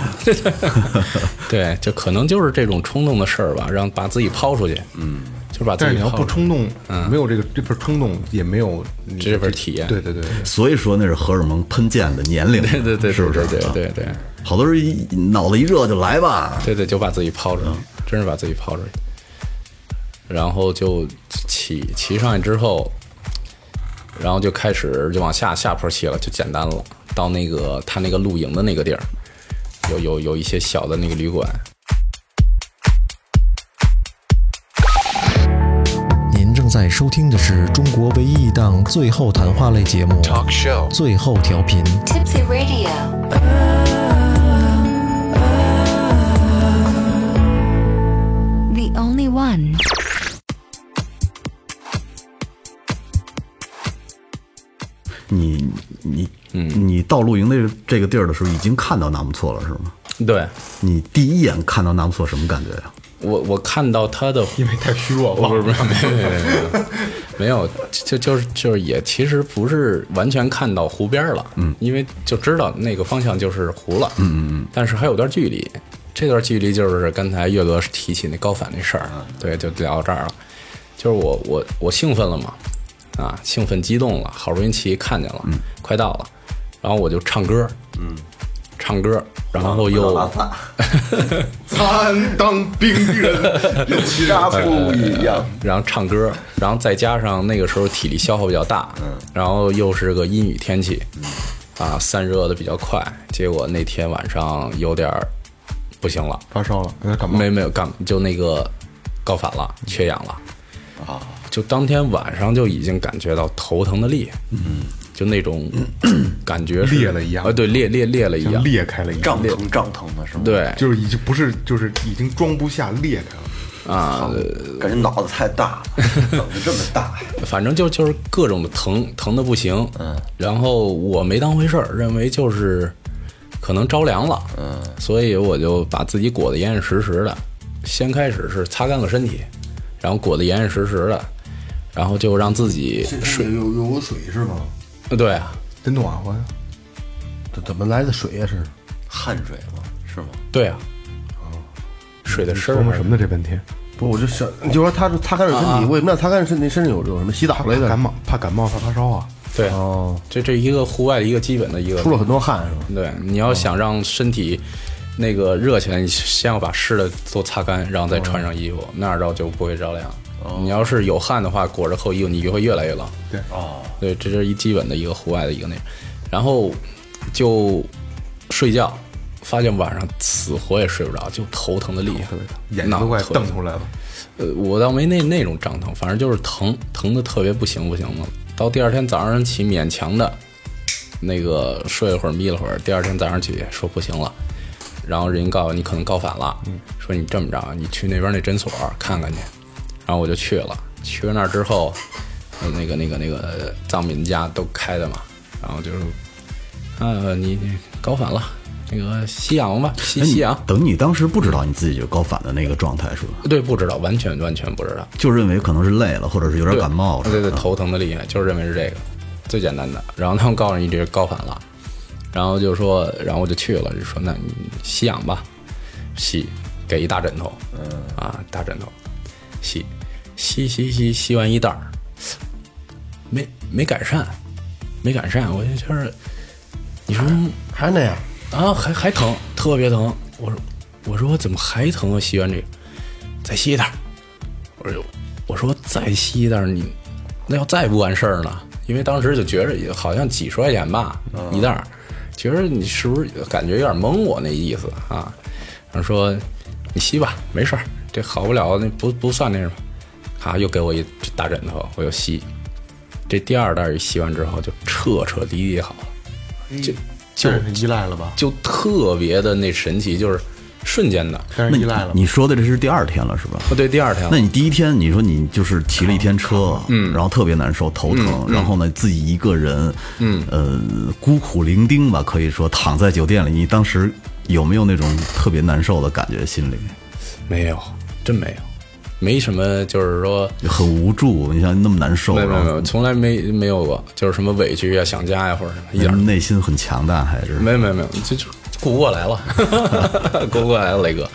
对，就可能就是这种冲动的事儿吧，让把自己抛出去，嗯，就是把自
但是
己
你要
抛
不
出去，
冲动，没有这个这份冲动，也没有你
嗯这份体验
对对对，对
所以说那是荷尔蒙喷溅的年龄，
对对对，
是不是？
对对对
啊，
对
好多人一脑子一热就来吧，
对对，就把自己抛出去，真是把自己抛出去。然后就骑骑上去之后，然后就开始就往下下坡骑了，就简单了。到那个他那个露营的那个地儿，有有有一些小的那个旅馆，
您正在收听的是中国唯一一档最后谈话类节目《Talk Show》最后调频。
Tipsy Radio. The only one.
你你你到露营那这个地儿的时候，已经看到纳木错了，是吗？
对
你第一眼看到纳木错什么感觉啊呀？
我我看到他的
因为太虚弱了，
不是，没有没有没有，没有，就就是就是也其实不是完全看到湖边了，嗯，因为就知道那个方向就是湖了，嗯嗯嗯，但是还有段距离，这段距离就是刚才岳哥提起那高反那事儿，
嗯
对，就聊到这儿了，就是我我我兴奋了嘛，啊，兴奋激动了，好不容易骑看见了，
嗯
快到了，然后我就唱歌，嗯，唱歌，然后
啊
又。
参当兵人，有其他不一样。
然后唱歌，然后再加上那个时候体力消耗比较大，嗯，然后又是个阴雨天气，
嗯
啊，散热的比较快，结果那天晚上有点儿不行了，
发烧了，有点感冒。
没没有干就那个高反了，
嗯
缺氧了，啊，就当天晚上就已经感觉到头疼的厉，嗯，就那种感觉是
嗯裂了一样
啊，对，裂裂裂了一
像
样，
裂开了一样，
胀疼胀疼的是吗？，
对，
就是已经不是，就是已经装不下，裂开了。
啊
感觉脑子太 大了，怎么这么大呀？
反正就就是各种的疼，疼的不行。嗯，然后我没当回事儿，认为就是可能着凉了。嗯，所以我就把自己裹得严严实实的。先开始是擦干了身体，然后裹得严严实实的，然后就让自己
水有有有水是吗？
呃对啊，
真暖和呀！
怎怎么来的水呀？是
汗水吗？是吗？
对啊，水的
琢
声
磨
儿
什么呢？这半天
不，我就想，你就说他擦干了身体，为什么要擦干身体？身上有有什么洗澡
怕
来的？
感冒，怕感冒，怕发烧啊！
对，
哦，
这这一个户外的一个基本的一个
出了很多汗 是吧？
对，你要想让身体那个热起来，你先要把湿的都擦干，然后再穿上衣
哦
服，那样着就不会着凉。你要是有汗的话，裹着厚衣服，你会越来越冷。
对
哦，对，这是一基本的一个户外的一个那个，然后就睡觉，发现晚上死活也睡不着，就头疼的厉害，
眼睛都快瞪出来
来。
了。
呃，我倒没那那种胀疼，反正就是疼，疼的特别不行不行的。到第二天早上起，勉强的，那个睡了会儿，眯了会儿。第二天早上起说不行了，然后人家告诉我你可能高反了，
嗯
说你这么着，你去那边那诊所看看去。然后我就去了，去了那儿之后，呃那个那个那个藏民家都开的嘛，然后就是，呃，你你高反了，那个吸氧吧，吸
哎你
吸氧。
等你当时不知道你自己就高反的那个状态是吧？
对，不知道，完全完全不知道。
就认为可能是累了，或者是有点
对
感冒什
对
么
对，
的。
头疼的厉害，就是认为是这个最简单的。然后他们告诉你这是高反了，然后就说，然后我就去了，就说那你吸氧吧，吸，给一大枕头，嗯啊，大枕头，吸，吸吸吸吸完一袋儿，没没改善，没改善，我就觉得，你说
还是那样，
啊，还还疼，特别疼。我说，我说我怎么还疼啊？吸完这个，再吸一袋儿。我说，我说再吸一袋儿，你那要再不完事儿呢？因为当时就觉着也好像几十块钱吧，一袋儿。其实你是不是感觉有点蒙我那意思啊？然后说你吸吧，没事儿，这好不了，那不不算那什么。啊，又给我一大枕头，我又吸。这第二袋一吸完之后，就彻彻底底好了，就就
这是依赖了吧？
就特别的那神奇，就是瞬间的。
开
那
始依
你
赖了吧？
你说的这是第二天了是吧？
不哦对，啊第二天了
那你第一天你说你就是骑了一天车，嗯，然后特别难受，头
嗯
疼，然后呢自己一个人，嗯，呃，孤苦伶仃吧，可以说躺在酒店里，你当时有没有那种特别难受的感觉？心里
没有，真没有，没什么，就是说
很无助，你想那么难受，
没有没有
然
没
后
有，从来没没有过，就是什么委屈呀、想家呀或者什么，一点儿
嗯内心很强大，还是
没有没有没有，就就顾不过来了，顾不过来了，雷哥。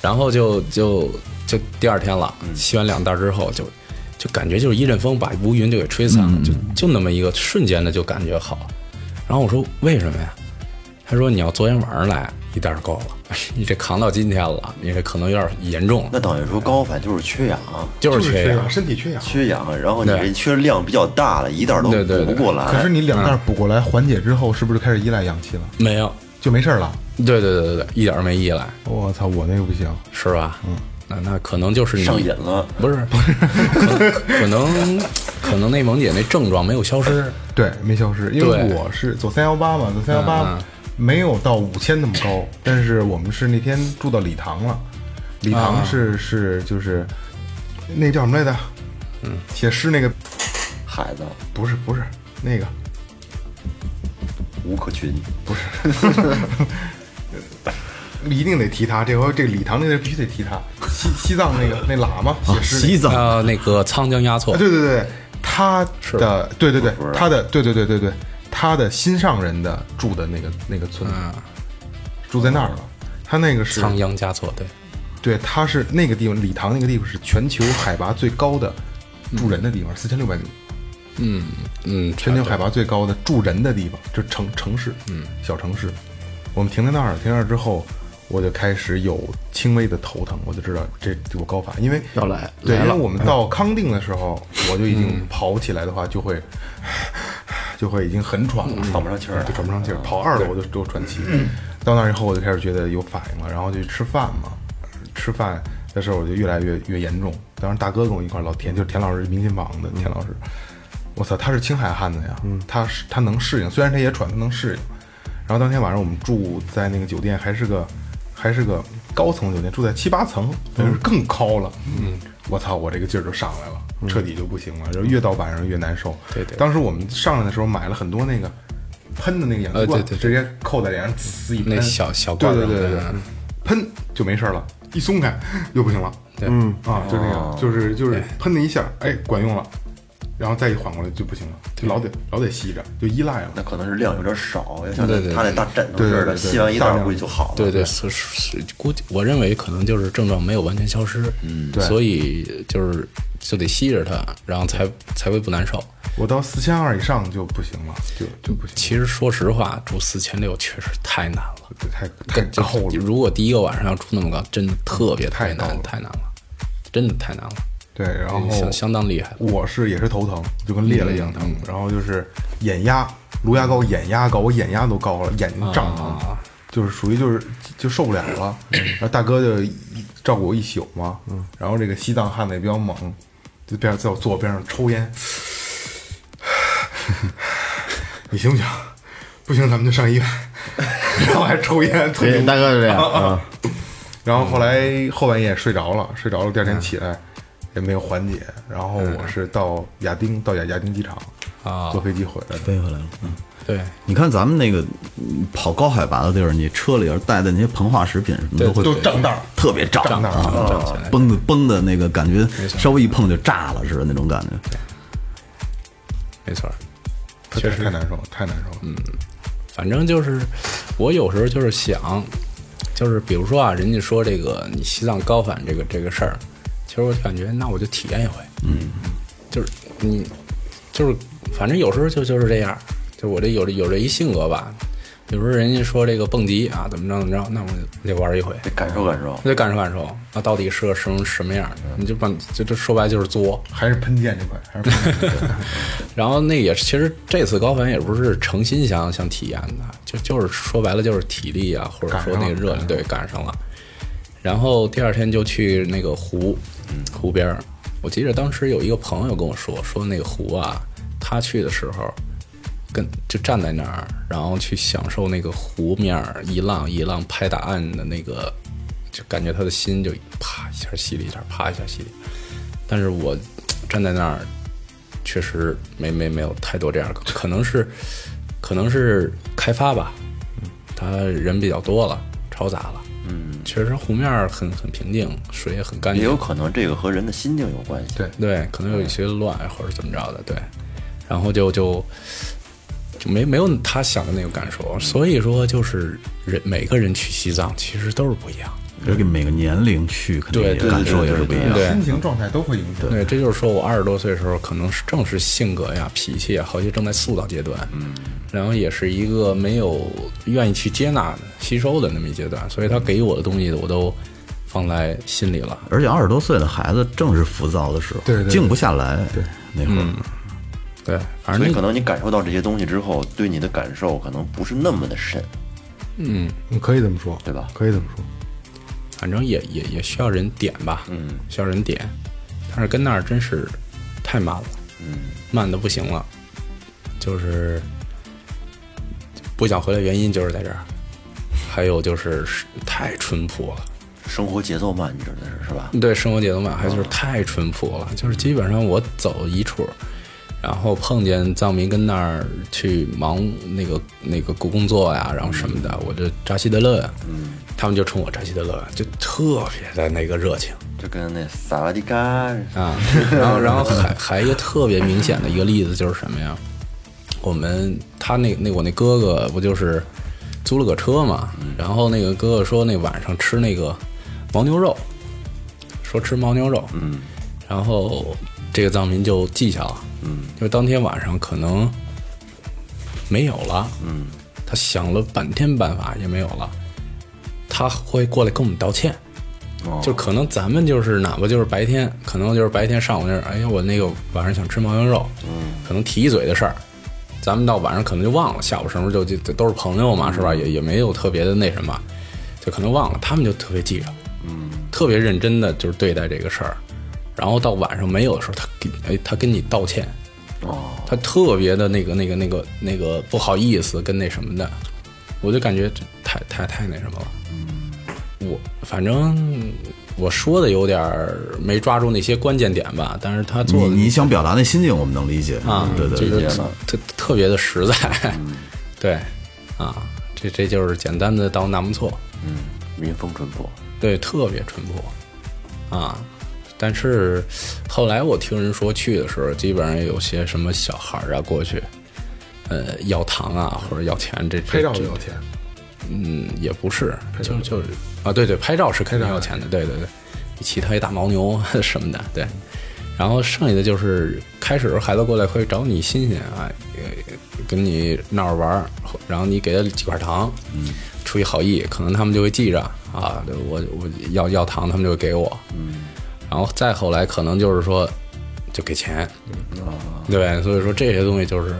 然后就就就第二天了，吸完两袋之后就就感觉就是一阵风把乌云就给吹散了，就就那么一个瞬间的就感觉好。然后我说为什么呀？他说你要昨天晚上来一袋够了，你这扛到今天了，你这可能有点严重
那
了，
等于说高反就是缺氧，啊
就是
就是
缺
缺
氧
氧，。身体缺氧。
缺氧，然后你
对
这缺量比较大了，一袋都
对对
补
对
不过来。
可是你两袋补过来缓解之后，是不是就开始依赖氧气了？
没有，
就没事儿了？
对对对对对，一点儿没依赖，
我操，我那个不行，
是吧？嗯，那那可能就是你
上瘾了，
不是，可能可能可能那萌姐那症状没有消失，
对，没消失，因为
对
我是走三幺八嘛，走三幺八没有到五千那么高，但是我们是那天住到礼堂了，礼堂是是就是那叫什么来着？嗯，写诗那个
孩子
不是不是那个
吴克群，
一定得提他，这回这个礼堂那个必须得提他。西西藏那 个那喇嘛写诗
西
那
藏
啊，那个仓江压错
个，啊，对对对，他的对对对，他的对对对对对，他的心上人的住的那个那个村，住在那儿了。他那个是
啊仓央嘉措，对，
对，它是那个地方，礼堂那个地方是全球海拔最高的住人的地方，四千六百米，
嗯，
全球海拔最高的住人的地方，就城城市，啊嗯，小城市。我们停在那儿，停那儿之后，我就开始有轻微的头疼，我就知道这我高反，因为
要来
对，
来
因为
了
我们到康定的时候，我就已经跑起来的话，就会 就会已经很喘了，
喘不上气儿了
嗯就喘不上气儿。嗯跑二楼我就就喘气，到那儿以后我就开始觉得有反应了，然后就去吃饭嘛，吃饭的时候我就越来越越严重。当时大哥跟我一块儿，老田就是田老师，明琴坊的田老师，我操，他是青海汉子呀，
嗯
他是他能适应，虽然他也喘，他能适应。然后当天晚上我们住在那个酒店，还是个还是个高层酒店，住在七八层，就是更高了。嗯，我操，我这个劲儿就上来了，彻底就不行了，然后越到晚上越难受。
嗯对对
当时我们上来的时候买了很多那个喷的那个氧气
呃
罐，
对对对
直接扣在脸上，呲一喷，
那小小
对
罐
哎对
儿
对对
的
对，喷就没事儿了，一松开又不行了。
对哦
嗯啊，就那样，就是就是喷那一下，哎，管用了。然后再一缓过来就不行了，就老得老得吸着，就依赖了。
那可能是量有点少，要像
对对
他那大枕头
对对
似
对
的，
对
吸完一
大
袋
量
估计就好了。
对对，是是，是估计我认为可能就是症状没有完全消失，嗯，
对
所以就是就得吸着它，然后才才会不难受。
我到四千二以上就不行了，就就不行，
其实说实话，住四千六确实太难了，
太太
就
高了。
如果第一个晚上要住那么高，真的特别
太
太
高
难
了
太难了，真的太难了，
对，然后
相相当厉害了。
我是也是头疼，就跟裂了一样疼，然后就是眼压，颅压高，眼压高，我眼压都高了，眼睛胀疼，就是属于就是就受不了了。然后大哥就一照顾我一宿嘛，然后这个西藏汉子也比较猛，就边在我坐我边上抽烟，你行不行？不行，咱们就上医院， 然后还抽烟，特别
对，大哥就这样啊，
然后后来后半夜睡着了，睡着了，第二天起来也没有缓解。然后我是到亚丁，到亚亚丁机场
啊
坐飞机回来的。
飞回来了。嗯
对，
你看咱们那个嗯跑高海拔的地儿，你车里边带的那些膨化食品什么都会
都胀袋儿
特别胀
胀袋儿
啊，
站起来。
崩的崩的那个感觉，稍微一碰就炸了似的那种感觉。
没错儿，
确实太难受，了，太难受了。嗯，
反正就是我有时候就是想，就是比如说啊，人家说这个你西藏高反这个这个事儿，其实我感觉那我就体验一回，嗯，就是你就是反正有时候就就是这样，就我这有这有这一性格吧，比如说人家说这个蹦极啊，怎么着怎么着，那我就得玩一回，
得感受感受。
我得感受感受啊，到底是个什么什么样儿？你就把就这说白就是作，
还是喷溅这块，还是喷溅
然后那也是，其实这次高反也不是诚心想想体验的，就就是说白了就是体力啊，或者说那个热量对赶上了。然后第二天就去那个湖，湖边儿。我记得当时有一个朋友跟我说，说那个湖啊，他去的时候跟就站在那儿，然后去享受那个湖面儿一浪一浪拍打岸的那个，就感觉他的心就啪一下吸了一下，啪一下吸了一下。但是我站在那儿，确实没没没有太多这样的，可能是可能是开发吧，他人比较多了，嘈杂了。嗯，确实湖面儿很很平静，水也很干
也
净
有。可能这个和人的心境有关系。
对
对，可能有一些乱或者怎么着的，对，然后就就就没没有他想的那种感受，所以说就是人每个人去西藏其实都是不一样的，
这个每个年龄去肯定
对
也
对
感受也是不一样。
对
心情状态都会影响。
对，这就是说我二十多岁的时候，可能是正是性格呀、脾气呀，好些正在塑造阶段，嗯，然后也是一个没有愿意去接纳、吸收的那么一阶段，所以他给我的东西我都放在心里了，
而且二十多岁的孩子正是浮躁的时候，
对对对
静不下来。对，那会
嗯
儿
对，反
所
正
以
那
可能你感受到这些东西之后，对你的感受可能不是那么的深，
嗯。
你可以这么说，
对吧
可以这么说。
反正也也也需要人点吧，
嗯，
需要人点，但是跟那儿真是太慢了，
嗯，
慢的不行了，就是不想回来原因就是在这儿，还有就是是太淳朴了，
生活节奏慢，你指的是是吧？
对生活节奏慢，还有就是太淳朴了，就是基本上我走一处，然后碰见藏民跟那儿去忙那个那个工作呀，然后什么的，我就扎西德勒，嗯，他们就冲我扎西德勒，就特别的那个热情。
就跟那萨瓦迪卡似的，
啊，然 后然后还还有一个特别明显的一个例子就是什么呀？我们他那那我那哥哥不就是租了个车嘛，然后那个哥哥说那晚上吃那个牦牛肉，说吃牦牛肉，嗯，然后这个藏民就记下了，嗯，就当天晚上可能没有了，嗯，他想了半天办法也没有了，他会过来跟我们道歉，就可能咱们就是哪怕就是白天，可能就是白天上午那儿，哎呀，我那个晚上想吃牦牛肉，可能提一嘴的事儿，咱们到晚上可能就忘了，下午什么时候就就就都是朋友嘛，是吧？也也没有特别的那什么，就可能忘了，他们就特别记着，特别认真的就是对待这个事儿，然后到晚上没有的时候，他跟哎他跟你道歉，他特别的那个那个那个那个不好意思跟那什么的，我就感觉这太太太那什么了。我反正我说的有点儿没抓住那些关键点吧，但是他
你
做的
你想表达那心境，我们能理解
啊，
对对
就是
对，
特特特别的实在，
嗯
对啊，这这就是简单的到纳木错，
嗯民风淳朴，
对，特别淳朴啊。但是后来我听人说，去的时候基本上有些什么小孩儿啊过去，呃，要糖啊或者要钱，这
拍
这
照
这
就要钱，
嗯，也不是，就就是啊，对对，拍照是肯定要钱的，对对对，骑他一大牦牛 什么的，对。然后剩下的就是开始孩子过来会找你新鲜啊，呃跟你闹着玩儿，然后你给他几块糖，嗯，出于好意，可能他们就会记着啊，我我要要糖，他们就会给我，嗯。然后再后来可能就是说，就给钱，嗯啊对，所以说这些东西就是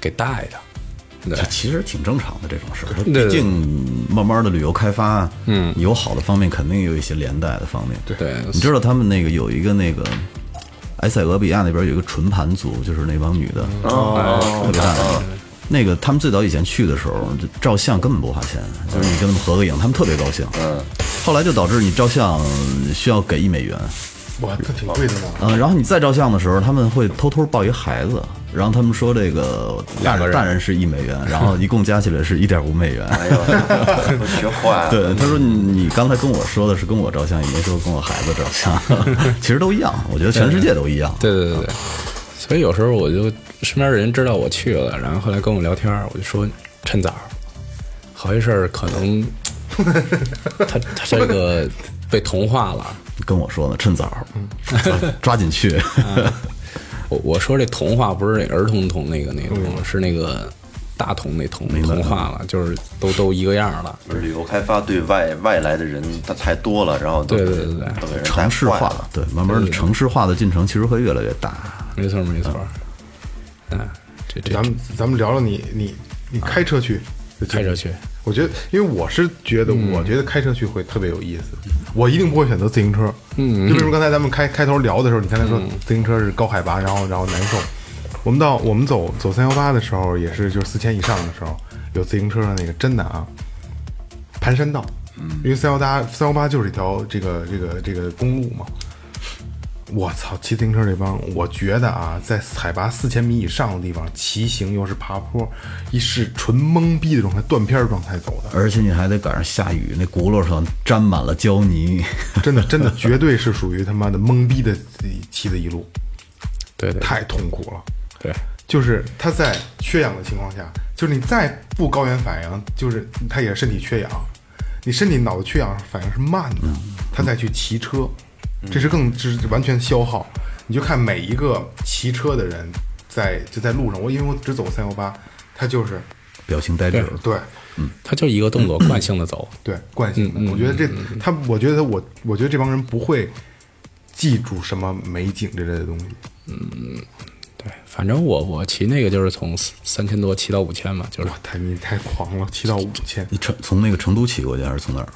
给带的，对
这。其实挺正常的这种事儿。它
对
毕
对
竟慢慢的旅游开发，啊
嗯
有好的方面，肯定有一些连带的方面。对
对，
你知道他们那个有一个那个埃塞俄比亚那边有一个纯盘族，就是那帮女的，特别大的。那个他们最早以前去的时候，就照相根本不花钱，就是你跟他们合个影，他们特别高兴。嗯，后来就导致你照相需要给一美元，
哇，这挺贵的呢。
嗯，然后你再照相的时候，他们会偷偷抱一孩子，然后他们说这个大人大人是一美元，然后一共加起来是一点五美元。
哎呦， 我学坏了。
对，他说你你刚才跟我说的是跟我照相，也没说跟我孩子照相， 其实都一样，我觉得全世界都一样。
对对对对，所以有时候我就身边的人知道我去了，然后后来跟我聊天儿，我就说趁早儿，好些事儿 可能他他这个被同化了。
跟我说呢，趁早，抓紧去。
嗯
我我说这童话不是那儿童童那个那个童，是那个大同那同
白
同化了，就是都都一个样了。
就是旅游开发对外外来的人他太多了，然后都
对对对对
都给人带
城市
坏
化
了，，
对，慢慢的城市化的进程其实会越来越大。
没错没错，嗯，这这
咱们咱们聊聊你你你开车去，
开车去，
我觉得，因为我是觉得，我觉得开车去会特别有意思。我一定不会选择自行车。嗯，就比如刚才咱们开开头聊的时候，你刚才说自行车是高海拔，然后然后难受。我们到我们走走三幺八的时候，也是就是四千以上的时候，有自行车的那个真的啊，盘山道。因为三幺八三幺八就是一条这个这个这个公路嘛。我操，骑自行车这帮，我觉得啊，在海拔四千米以上的地方骑行，又是爬坡，一是纯懵逼的状态，断片儿状态走的，
而且你还得赶上下雨，那轱辘上沾满了胶泥。
真的真的绝对是属于他妈的懵逼的骑的一路，
对对
太痛苦了。
对，
就是他在缺氧的情况下，就是你再不高原反应，就是他也身体缺氧，你身体脑子缺氧反应是慢
嗯
的，他再去骑车，这是更这是完全消耗。你就看每一个骑车的人在就在路上，我因为我只走三幺八，他就是
表情呆滞了。
对
他就一个 动作惯性的走，
对惯性
嗯
的。我觉得这他，我觉得我我觉得这帮人不会记住什么美景之类的东西。
对，反正我我骑那个就是从三三千多骑到五千嘛，就是
哇，太你太狂了，骑到五千，
你成从那个成都骑过去，还是从哪儿？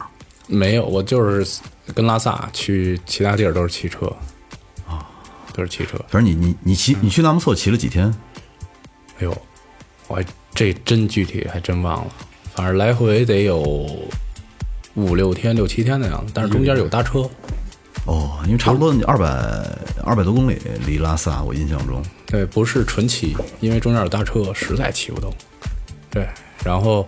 没有，我就是跟拉萨去其他地儿都是骑车啊，都是骑车。
反正你你你骑你去纳木错骑了几天？
哎呦，我还这真具体还真忘了，反正来回得有五六天、六七天的样子，但是中间有搭车，
哦，因为差不多二百二百多公里离拉萨，我印象中
对，不是纯骑，因为中间有搭车，实在骑不动。对，然后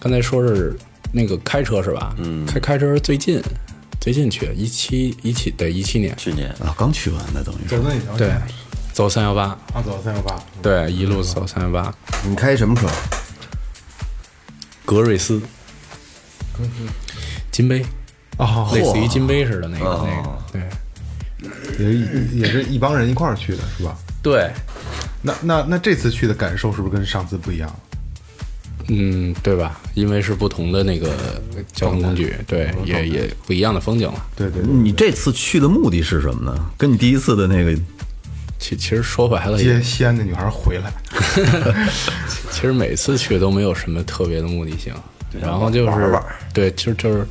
刚才说是那个开车是吧？嗯，开开车是最近最近去一七一七对一七年，
去年
啊刚去完呢，等于
走
是
那一条
对
线，
走三幺八，
啊，走三幺八，
对，一路走三幺八，
你开什么车？
格瑞斯，金杯，
哦
类似于金杯似的那个那个，对
也是一也是一帮人一块儿去的，是吧？
对，
那那那这次去的感受是不是跟上次不一样？
嗯，对吧？因为是不同的那个交通工具，对，也也不一样的风景了。
对对对，
你这次去的目的是什么呢？跟你第一次的那个
其其实说白了，
接西安那女孩回来，
其实每次去都没有什么特别的目的性，然后就是
玩儿玩儿
对，就就是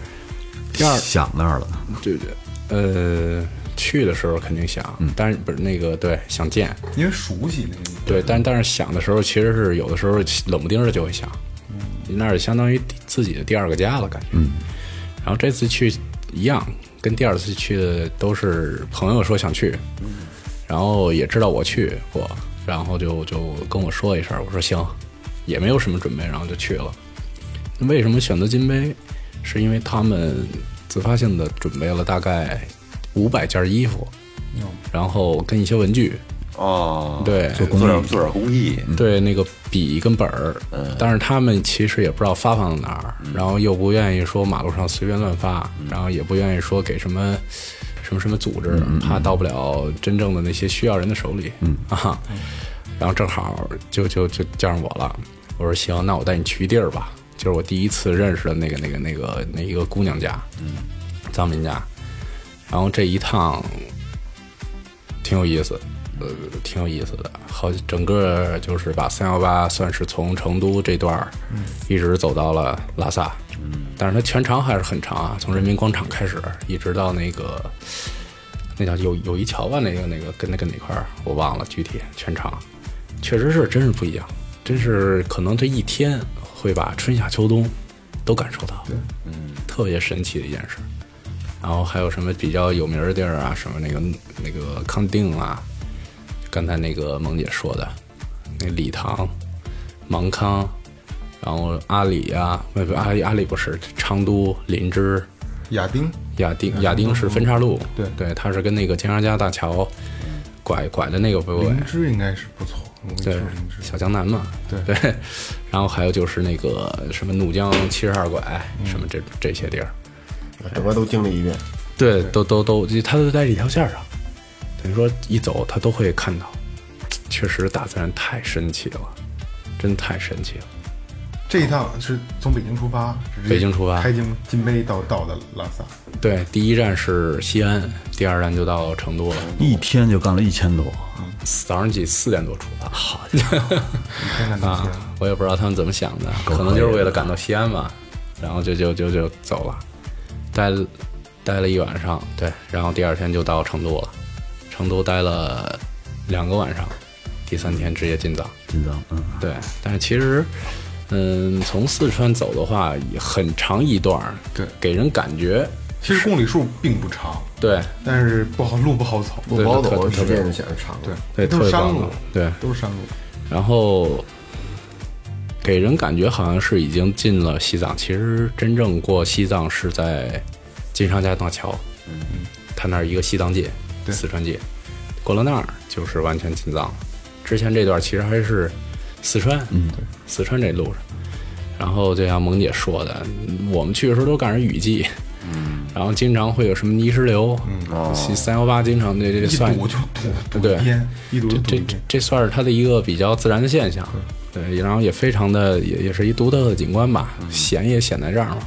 第二
想那儿了，
对对，呃，去的时候肯定想，但是不是那个对想见，
因为熟悉那个地方。
对，但但是想的时候，其实是有的时候冷不丁的就会想，
嗯
那儿相当于自己的第二个家了，感觉。然后这次去一样，跟第二次去的都是朋友说想去，
嗯
然后也知道我去过，然后就就跟我说一声，我说行，也没有什么准备，然后就去了。为什么选择金杯？是因为他们自发性的准备了大概五百件衣服，然后跟一些文具，
哦，，
对，嗯
做点做点公益，
对那个笔跟本儿，但是他们其实也不知道发放到哪儿，然后又不愿意说马路上随便乱发，然后也不愿意说给什么什么什么组织，怕到不了真正的那些需要人的手里，啊，然后正好就就就叫上我了，我说行，那我带你去一地儿吧，就是我第一次认识的那个那个那个那一个姑娘家，藏民家，然后这一趟挺有意思，呃，挺有意思的。好，整个就是把三幺八算是从成都这段儿，一直走到了拉萨，嗯，但是它全长还是很长啊，从人民广场开始，一直到那个那叫友友谊桥吧，那个那个跟那个哪块儿我忘了具体全长，确实是真是不一样，真是可能这一天会把春夏秋冬都感受到，嗯，特别神奇的一件事。然后还有什么比较有名儿的地儿啊，什么那个那个康定啊，刚才那个萌姐说的，那理塘、芒康，然后阿里啊，不不阿里阿里不是昌都、林芝、
亚丁，
亚丁亚丁是分岔路，
对
对，它是跟那个金沙江大桥拐拐的那个部位，
灵芝应该是不错，我跟你说
对
灵，芝，
小江南嘛，
对
对， 然后还有就是那个什么怒江七十二拐，
嗯
什么这这些地儿，
整个都经历一遍。
对，都都都，它都在这条线儿上，等于说一走他都会看到，确实大自然太神奇了，真太神奇了。
这一趟是从北京出发，直接
北京出发
开进金杯到到的拉萨，
对，第一站是西安，第二站就到成都了。
一天就干了一千多，
早上起四点多出发，好
天看
啊
那！
我也不知道他们怎么想的，可能就是为了赶到西安吧，然后就就就就走了，待了待了一晚上，对，然后第二天就到成都了，成都待了两个晚上，第三天直接进藏。
紧张，嗯，
对，但是其实，嗯，从四川走的话，也很长一段儿，
对
给人感觉，
其实公里数并不长，
对
但是不好路不好走，
不包
对
走时
特
间就显得长了。
对
对，
都
特
是
别
山
棒
路
的，对，
都是山路，
然后给人感觉好像是已经进了西藏，其实真正过西藏是在金沙江大桥，嗯，它那儿一个西藏界，
对
四川界，过了那儿就是完全进藏了。之前这段其实还是四川，嗯，四川这路上。然后就像萌姐说的，嗯我们去的时候都赶上雨季，嗯，然后经常会有什么泥石流，嗯，三幺八经常这这这
一
算
堵就堵堵
对
一天，一堵就
这
堵一
这
天。
这算是它的一个比较自然的现
嗯
象，对，然后也非常的也也是一独特的景观吧，
嗯
险也险在这儿嘛。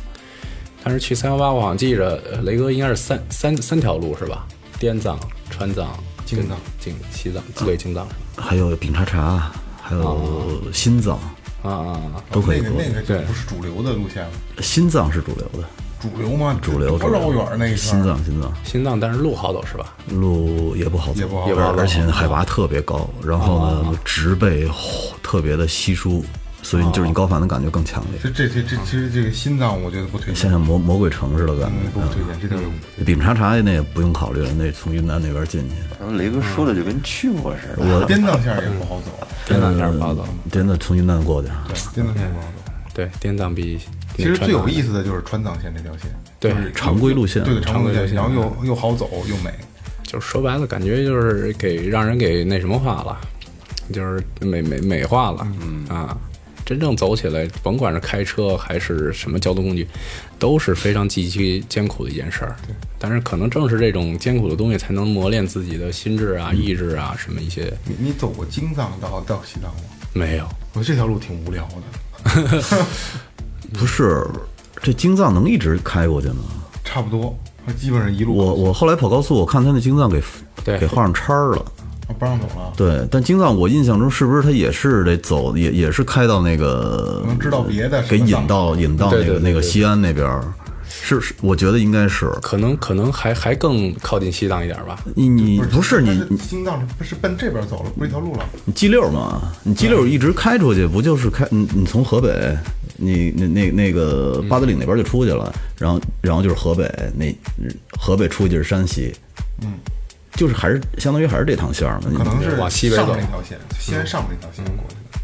但是去三幺八，我好像记着呃雷哥应该是三三三条路是吧？滇藏、川藏、
京藏、嗯
京西藏、对京藏是
还有丙察察，还
哦
有心脏，
吧？啊啊啊！
都可以
那个
过
那个就
对
不是主流的路线了，
心脏是主流的，
主流吗？
主流
多
主
绕
流
远儿那一圈
心
儿，
脏心脏
新藏，但是路好走是吧？
路也不好走，
也不好走也不好走
而且海拔特别高，然后呢植被哦特别的稀疏，所以
哦
就是你高反的感觉更强烈，
这这这这其实这个心脏我觉得不推
像
荐，
像魔魔鬼城似的感
嗯，不
觉。
推荐，这条路不推荐。
嗯，丙察察那也不用考虑了，那从云南那边进去，
然后雷哥说的就跟去过似
嗯
的，
我嗯
滇藏线儿也不好走，
滇藏片不好走，
呃真的从云南过去，
滇藏线儿也不好走。
嗯
嗯
对，滇藏比
其实最有意
思，
思的就是川藏线这条线，
对
就是
常规路线
对对常规
常规
路
路
线，
线
然后又又好走又美，
就是说白了，感觉就是给让人给那什么化了，就是美美美化了，嗯啊，真正走起来，甭管是开车还是什么交通工具，都是非常极其艰苦的一件事儿。但是可能正是这种艰苦的东西，才能磨练自己的心智啊、意志啊，什么一些
你你走过京藏到到西藏吗？
没有。
我觉得这条路挺无聊的，
不是这京藏能一直开过去吗？
差不多，基本上一路
我我后来跑高速，我看他那京藏给
对
给画上叉儿了。
啊不让走了，
对，但京藏我印象中是不是它也是得走，也也是开到那个
能知道别的
给
什么
引
藏
到引到
嗯对
那个
对对
那个
对
西安那边儿，是是，我觉得应该是
可能可能还还更靠近西藏一点吧，
你你不是你
但京藏不是奔这边走了，不是一条路了。
嗯
你 G 六嘛，你 G 六一直开出去，不就是开你你从河北，你那那那个
嗯
八达岭那边就出去了，然后然后就是河北那河北出去就是山西，嗯，就是还是相当于还是这趟线儿嘛，
可能是
往西北
上
走嗯
面那条线，西安上面那条线过去的。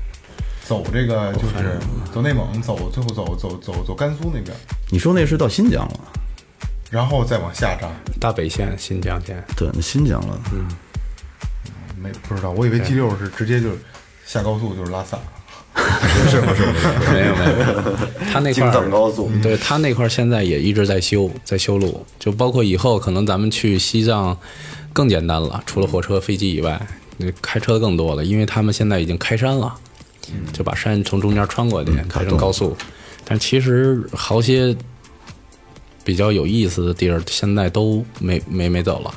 走这个就是走内蒙，走最后走走走走甘肃那边，
你说那是到新疆了，
然后再往下扎，
大北线、新疆线，
对，那新疆了，
嗯
没不知道，我以为 G 六是直接就下高速就是拉 萨，
没有没有，他那块
京
儿
藏高速。
对他那块儿现在也一直在修，在修路，就包括以后可能咱们去西藏更简单了，除了火车、飞机以外，那开车的更多了，因为他们现在已经开山了，就把山从中间穿过去，开成高速。但其实好些比较有意思的地儿，现在都没没没走了。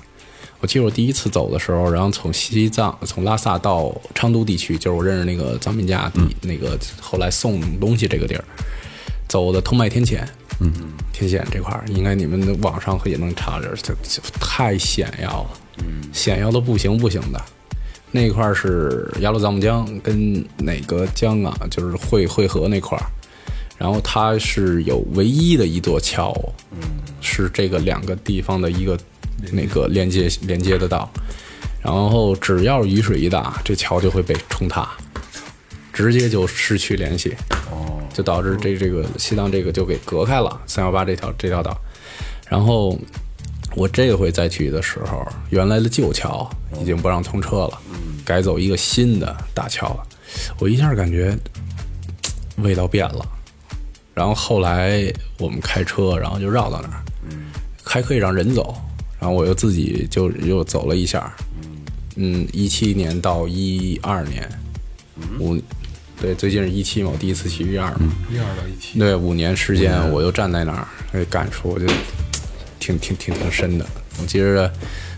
我记得我第一次走的时候，然后从西藏，从拉萨到昌都地区，就是我认识那个藏民家地，那个后来送东西这个地儿，走的通麦天险，嗯，天险这块儿，应该你们的网上也能查着，这这太险要了，嗯，险要的不行不行的。那块儿是雅鲁藏布江跟哪个江啊？就是汇汇合那块儿，然后它是有唯一的一座桥，嗯，是这个两个地方的一个那个连接连接的道，然后只要雨水一大，这桥就会被冲塌，直接就失去联系，哦，就导致这这个西藏这个就给隔开了三幺八这条这条道，然后我这回再去的时候，原来的旧桥已经不让通车了，改走一个新的大桥了，我一下感觉嘖味道变了。然后后来我们开车，然后就绕到那儿，还可以让人走，然后我又自己就又走了一下，嗯，一七年到一二年，五对，最近是一期嘛，我第一次骑 V 二嘛，
一二到一七，
对，五年时间，
嗯
我就站在那儿，那感触我就挺挺挺挺深的。我记着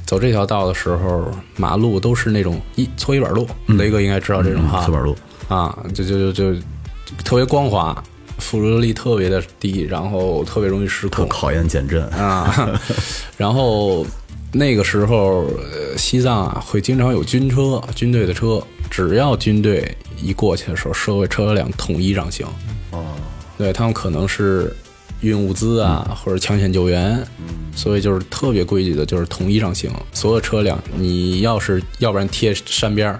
走这条道的时候，马路都是那种一搓衣板路，
嗯
雷哥应该知道这种哈，
四百路，
啊，就就就就特别光滑，附着力特别的低，然后特别容易失控
特，考验减震。
啊，然后那个时候，呃西藏啊会经常有军车、军队的车，只要军队一过去的时候，社会车辆统一让行。哦，对他们可能是运物资啊，或者抢险救援，所以就是特别规矩的，就是统一让行，所有车辆你要是要不然贴山边儿，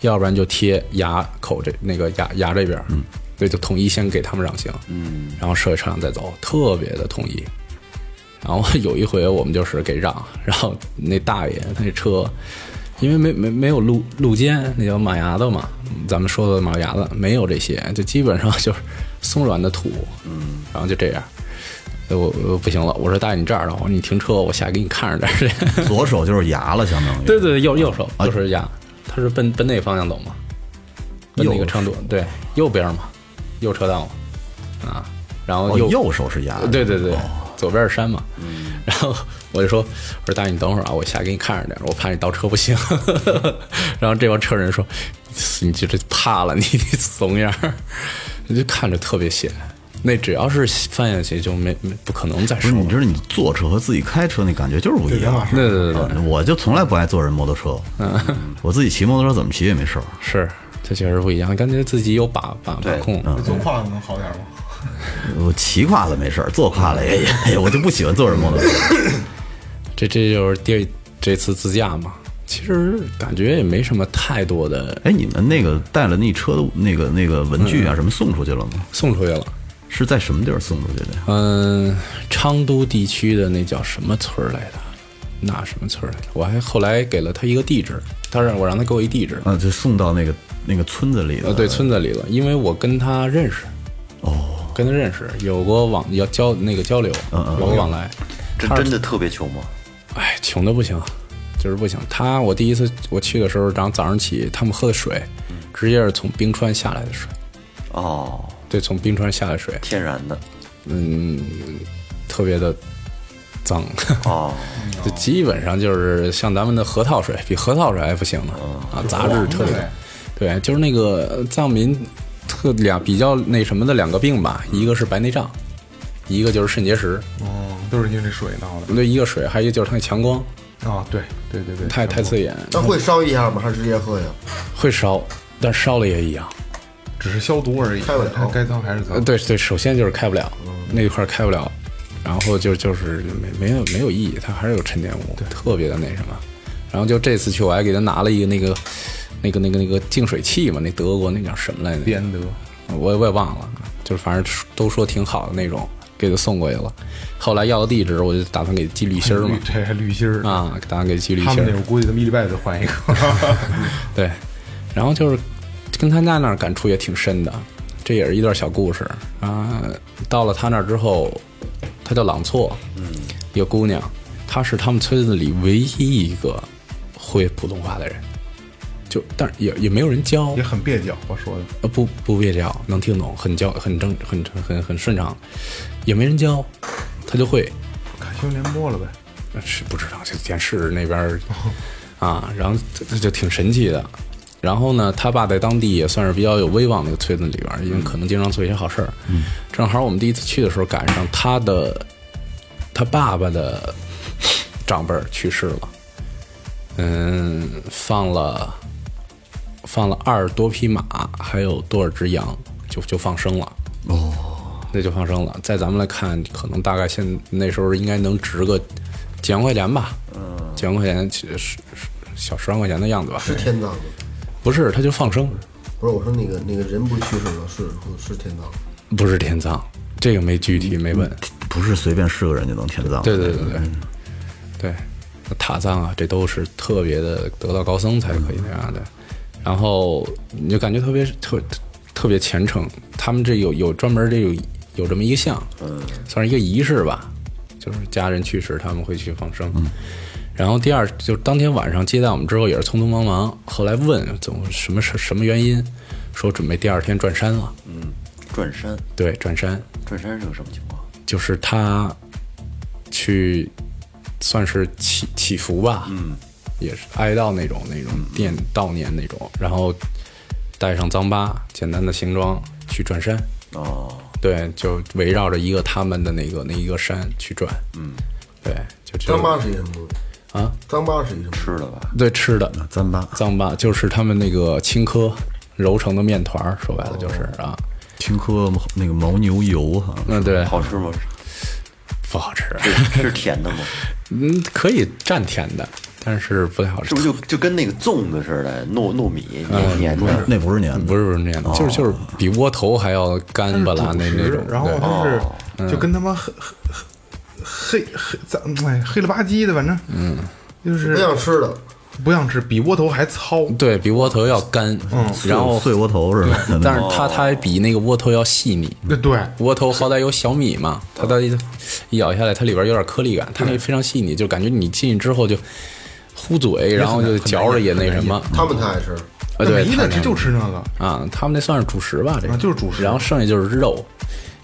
要不然就贴垭口这那个垭垭这边儿。对，就统一先给他们让行，嗯，然后社会车辆再走，特别的统一。然后有一回我们就是给让，然后那大爷他那车，因为没没没有路路肩，那叫马牙子嘛，咱们说的马牙子没有这些，就基本上就是松软的土，嗯，然后就这样。我我不行了，我说大爷你这样的，我说你停车，我下来给你看着点儿 去。
左手就是牙了，相当于。
对对对，右右手就是压，他是奔奔那个方向走嘛，奔那个长度，对，右边嘛，右车道嘛，啊，然后
哦，
右、
右手是牙。
啊对对对，左边是山嘛。然后我就说：“我说大爷，你等会儿啊，我下来给你看着点儿，我怕你倒车不行。” 然后这帮车人说：“你这这怕了，你 你怂样儿。”就看着特别险。那只要是翻下去就没没不可能再
不
说
是，
了。
你知道你坐车和自己开车那感觉就是不一样。
对对对对，嗯
嗯我就从来不爱坐人摩托车，嗯我自己骑摩托车怎么骑也没事儿。
是这确实不一样，感觉自己有把把把
对
控。
坐胯子能好点吗？
我骑跨了没事儿，坐跨了也也，也我就不喜欢坐人摩托车。
这这就是第这次自驾嘛，其实感觉也没什么太多的
哎，你们那个带了那车的那个那个文具啊什么送出去了吗？
送出去了。
是在什么地儿送出去的呀？
嗯，昌都地区的那叫什么村儿来的？那什么村儿来着？我还后来给了他一个地址，他让我让他给我一地址。
啊，就送到那个那个村子里的。
呃，对，村子里了，因为我跟他认识。哦，跟他认识，有过往要交那个交流，有过往来。
这真的特别穷吗？
哎，穷的不行，就是不行。他我第一次我去的时候，然后早上起他们喝的水，直接是从冰川下来的水，
哦，
对，从冰川下来的水，
天然的
嗯，特别的脏。
哦，
就基本上就是像咱们的核桃水，比核桃水还不行呢啊，杂质特别多。对，就是那个藏民特两比较那什么的两个病吧，一个是白内障，一个就是肾结石，
哦，都是因为这水闹的
对，一个水，还有一个就是它那强光
啊！对对对对，
太太刺眼，
那会烧一下吗？还是直接喝呀？
会烧，但烧了也一样。
只是消毒而已，
开不了
它该脏还是
呃，
脏。
对对，首先就是开不了
嗯
那一块儿开不了，然后就就是没没有没有意义，它还是有沉淀物，特别的那什么。然后就这次去，我还给他拿了一个那个那个那个那个净水器嘛，那德国那叫什么来着？
边德，
我也我也忘了，就是反正都说挺好的那种，给他送过去了。后来要了地址，我就打算给寄滤芯儿 嘛
绿，这还滤芯儿，
啊，打算给寄滤
他
芯
们
儿
那。我估计他们一礼拜得换一个。
对，然后就是跟他家那儿感触也挺深的，这也是一段小故事啊。到了他那儿之后，他叫朗措，嗯，一个姑娘，她是他们村子里唯一一个会普通话的人，就但是也也没有人教
也，很蹩脚，我说的。
呃，不不蹩脚，能听懂，很教很正很很很顺畅，也没人教，他就会。
看新闻联播了呗，
是不知道，就电视那边儿啊，然后这这就挺神奇的。然后呢，他爸在当地也算是比较有威望的一个村子里边儿，因为可能经常做一些好事儿。嗯，正好我们第一次去的时候赶上他的他爸爸的长辈儿去世了，嗯，放了放了二十多匹马，还有多少只羊，就就放生了。那就放生了。在咱们来看，可能大概现那时候应该能值个几万块钱吧，嗯，几万块钱，其实是是小十万块钱的样子吧。
是天葬的，
不是，他就放生，
不是我说那个那个人不是去世了，是是天葬的。
不是天葬，这个没具体没问。
不是随便是个人就能天葬。
对对对对，对，塔葬啊，这都是特别的得道高僧才可以那样的。然后你就感觉特别特特别虔诚，他们这有有专门这有有这么一个像，算是一个仪式吧，就是家人去世他们会去放生。然后第二就是当天晚上接待我们之后也是匆匆忙忙，后来问怎么什么事什么原因，说准备第二天转山了，
转山，
对，嗯转山
转山是个什么情况？
就是他去算是祈祈福吧，嗯，也是哀悼那种那种念悼念那种，然后带上脏巴，简单的行装去转山，
哦，
对，就围绕着一个他们的那个那一个山去转，嗯，对，就这
脏
样
巴是一什么东西
啊？
脏巴是一什么？
吃了吧？
对吃的
咱吧，
藏巴就是他们那个青稞揉成的面团儿，说白了就是啊，
青稞那个牦牛油哈，
那嗯对
好吃吗？
不好吃，
是是甜的吗？
嗯，可以蘸甜的，但是不太好吃
是不。是就就跟那个粽子似的，糯糯米黏黏
不是
的？
那不是年
不是不是那样的，就是就是比窝头还要干巴拉那那种。
然后
对哦
它
嗯
是就跟他妈黑黑黑黑脏哎黑了吧唧的，反正嗯，就是
不想吃的，
不想吃，比窝头还糙。
对比窝头要干，然后
碎窝头 似的，
但是它它还比那个窝头要细腻。
对对，
窝头好歹有小米嘛，它它一一咬下来，它里边有点颗粒感，它那非常细腻，就感觉你进去之后就糊嘴，然后就嚼着也那什么。
他们太爱吃。
啊，
那
对，
没
它
呢，
那
这就
样
吃那个。
啊，他们那算是主食吧，这个
啊就是主食
然后剩下就是肉，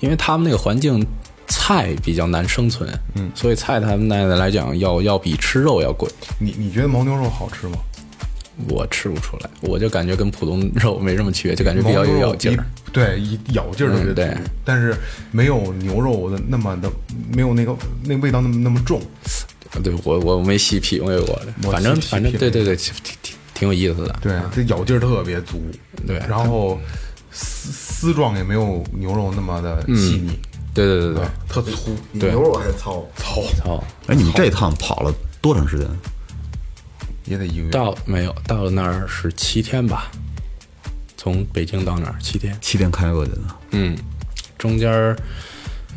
因为他们那个环境菜比较难生存，嗯，所以菜他们那来讲要要比吃肉要贵。
你你觉得牦牛肉好吃吗？
我吃不出来，我就感觉跟普通肉没什么区别，就感觉比较
牦
有
牛
咬
肉
劲儿。
比，对，一咬劲儿
嗯
特别足
对，
但是没有牛肉的那么的，没有那个那味道那么那么重。
对我我没细品味过的，
我
反正
细细
反正
品
对
味
对对，挺挺挺有意思的。
对，这咬劲儿特别足。
对
然后丝丝状也没有牛肉那么的细腻，
对对嗯对对
啊，特粗。
比
对
牛肉还糙，
操，
对，哦，
哎，你们这趟跑了多长时间？
也得一个月。
到没有到了那儿是七天吧，从北京到那儿七天。
七天开过去的，
嗯，中间儿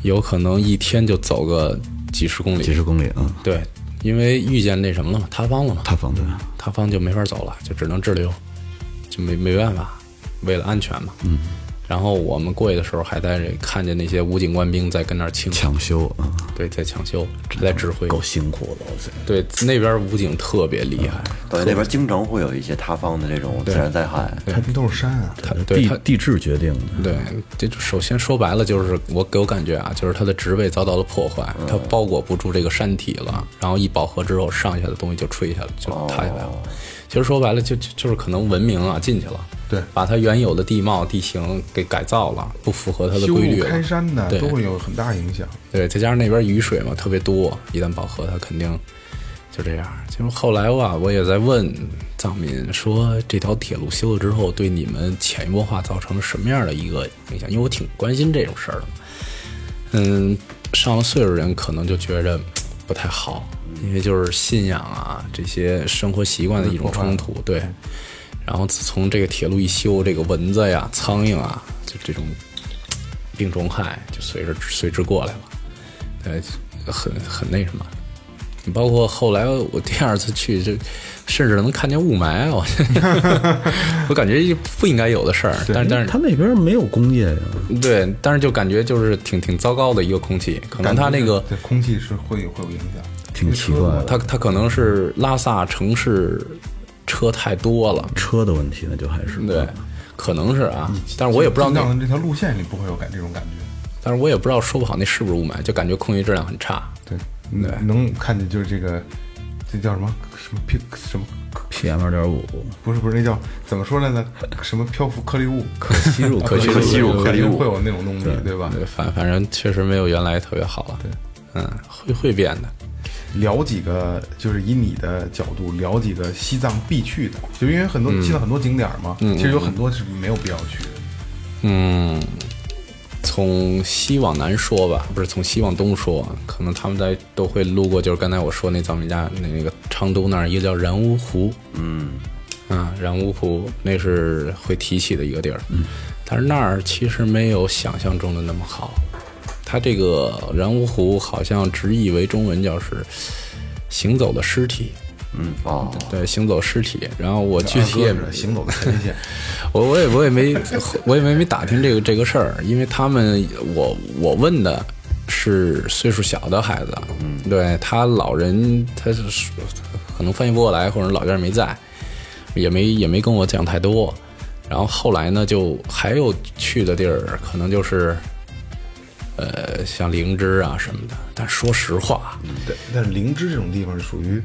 有可能一天就走个几十公里。
几十公里啊，嗯
对，因为遇见那什么了嘛，塌方了嘛，
塌方对，
塌方就没法走了，就只能滞留，就没没办法，为了安全嘛。嗯。然后我们过去的时候，还在这看见那些武警官兵在跟那儿清，
抢修啊，
对，在抢修，在指挥。
够辛苦的，我去。
对，那边武警特别厉害，
等于那边经常会有一些塌方的这种自然灾害，
它这都是山啊，
他对
地
他
地质决定的，
对，这就首先说白了，就是我给我感觉啊，就是它的植被遭到了破坏，
嗯
它包裹不住这个山体了，然后一饱和之后，上下的东西就吹下来，就塌下来
哦
了。其实说白了，就就就是可能文明啊进去了，
对
把它原有的地貌地形给改造了，不符合它的
修
规律
路
了。
开山呢
对
都会有很大影响。
对，再加上那边雨水嘛特别多，一旦饱和，它肯定就这样。就是后来吧，我也在问藏民说，这条铁路修了之后，对你们潜移默化造成了什么样的一个影响？因为我挺关心这种事儿的。嗯，上了岁数人可能就觉着不太好，因为就是信仰啊这些生活习惯的一种冲突，对。然后自从这个铁路一修，这个蚊子呀、苍蝇啊，就这种病虫害就随着随之过来了。呃，很很那什么。包括后来我第二次去，就甚至能看见雾霾，啊我 我感觉不应该有的事儿，但是但
他
是
那边没有工业呀，
对，但是就感觉就是挺挺糟糕的一个空气，可能它那个
对空气是会有会有影响。
挺奇怪的。
它它可能是拉萨城市车太多了，
车的问题呢，就还是
对，可能是啊，但是我也不知道那
进藏的这条路线里不会有感这种感觉。
但是我也不知道说不好那是不是雾霾，就感觉空气质量很差。
对，能嗯能看见就是这个，这叫什么什么飘什么？
PM 二点五
不是不是，那叫怎么说来着？什么漂浮颗粒物？啊可
吸入可
吸
吸
入
入
吸入
颗粒物
会有那种东西，对吧？
对，反反正确实没有原来特别好了。
对，
嗯，会会变的。
聊几个，就是以你的角度聊几个西藏必去的，就因为很多西藏很多景点嘛，其实有很多是没有必要去的。
嗯，从西往南说吧，不是从西往东说，可能他们在都会路过，就是刚才我说那藏民家那那个昌都那儿，一个叫然乌湖，嗯，啊，然乌湖那是会提起的一个地儿，
嗯
但是那儿其实没有想象中的那么好，它这个然乌湖好像直译为中文叫是行走的尸体，
嗯，哦，
对，行走尸体，然后我具体也
二哥是行走的前线，
我我也我也没我也没没打听这个这个事儿，因为他们我我问的是岁数小的孩子，对他老人他是可能翻译不过来，或者老人没在，也没也没跟我讲太多。然后后来呢，就还有去的地儿，可能就是，呃，像灵芝啊什么的。但说实话，
对，但是灵芝这种地方属于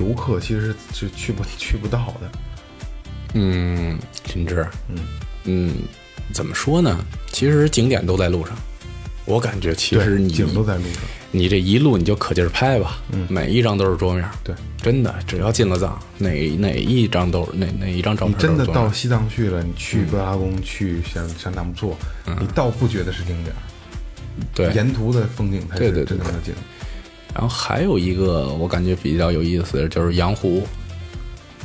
游客，其实是去不去不到的。
嗯，灵芝，嗯嗯，怎么说呢？其实景点都在路上。我感觉其实
对，
你
景都在路上。
你这一路你就可劲儿拍吧，每一张都是桌面。
对，
真的，只要进了藏，哪哪一张都是哪哪一张照
你
片都是
真的
桌面
到西藏去了，你去布达拉宫，去像像纳木错，你倒不觉得是景点儿，
对
沿途的风景才
对
是
对对
真正的景。
然后还有一个我感觉比较有意思的就是羊湖，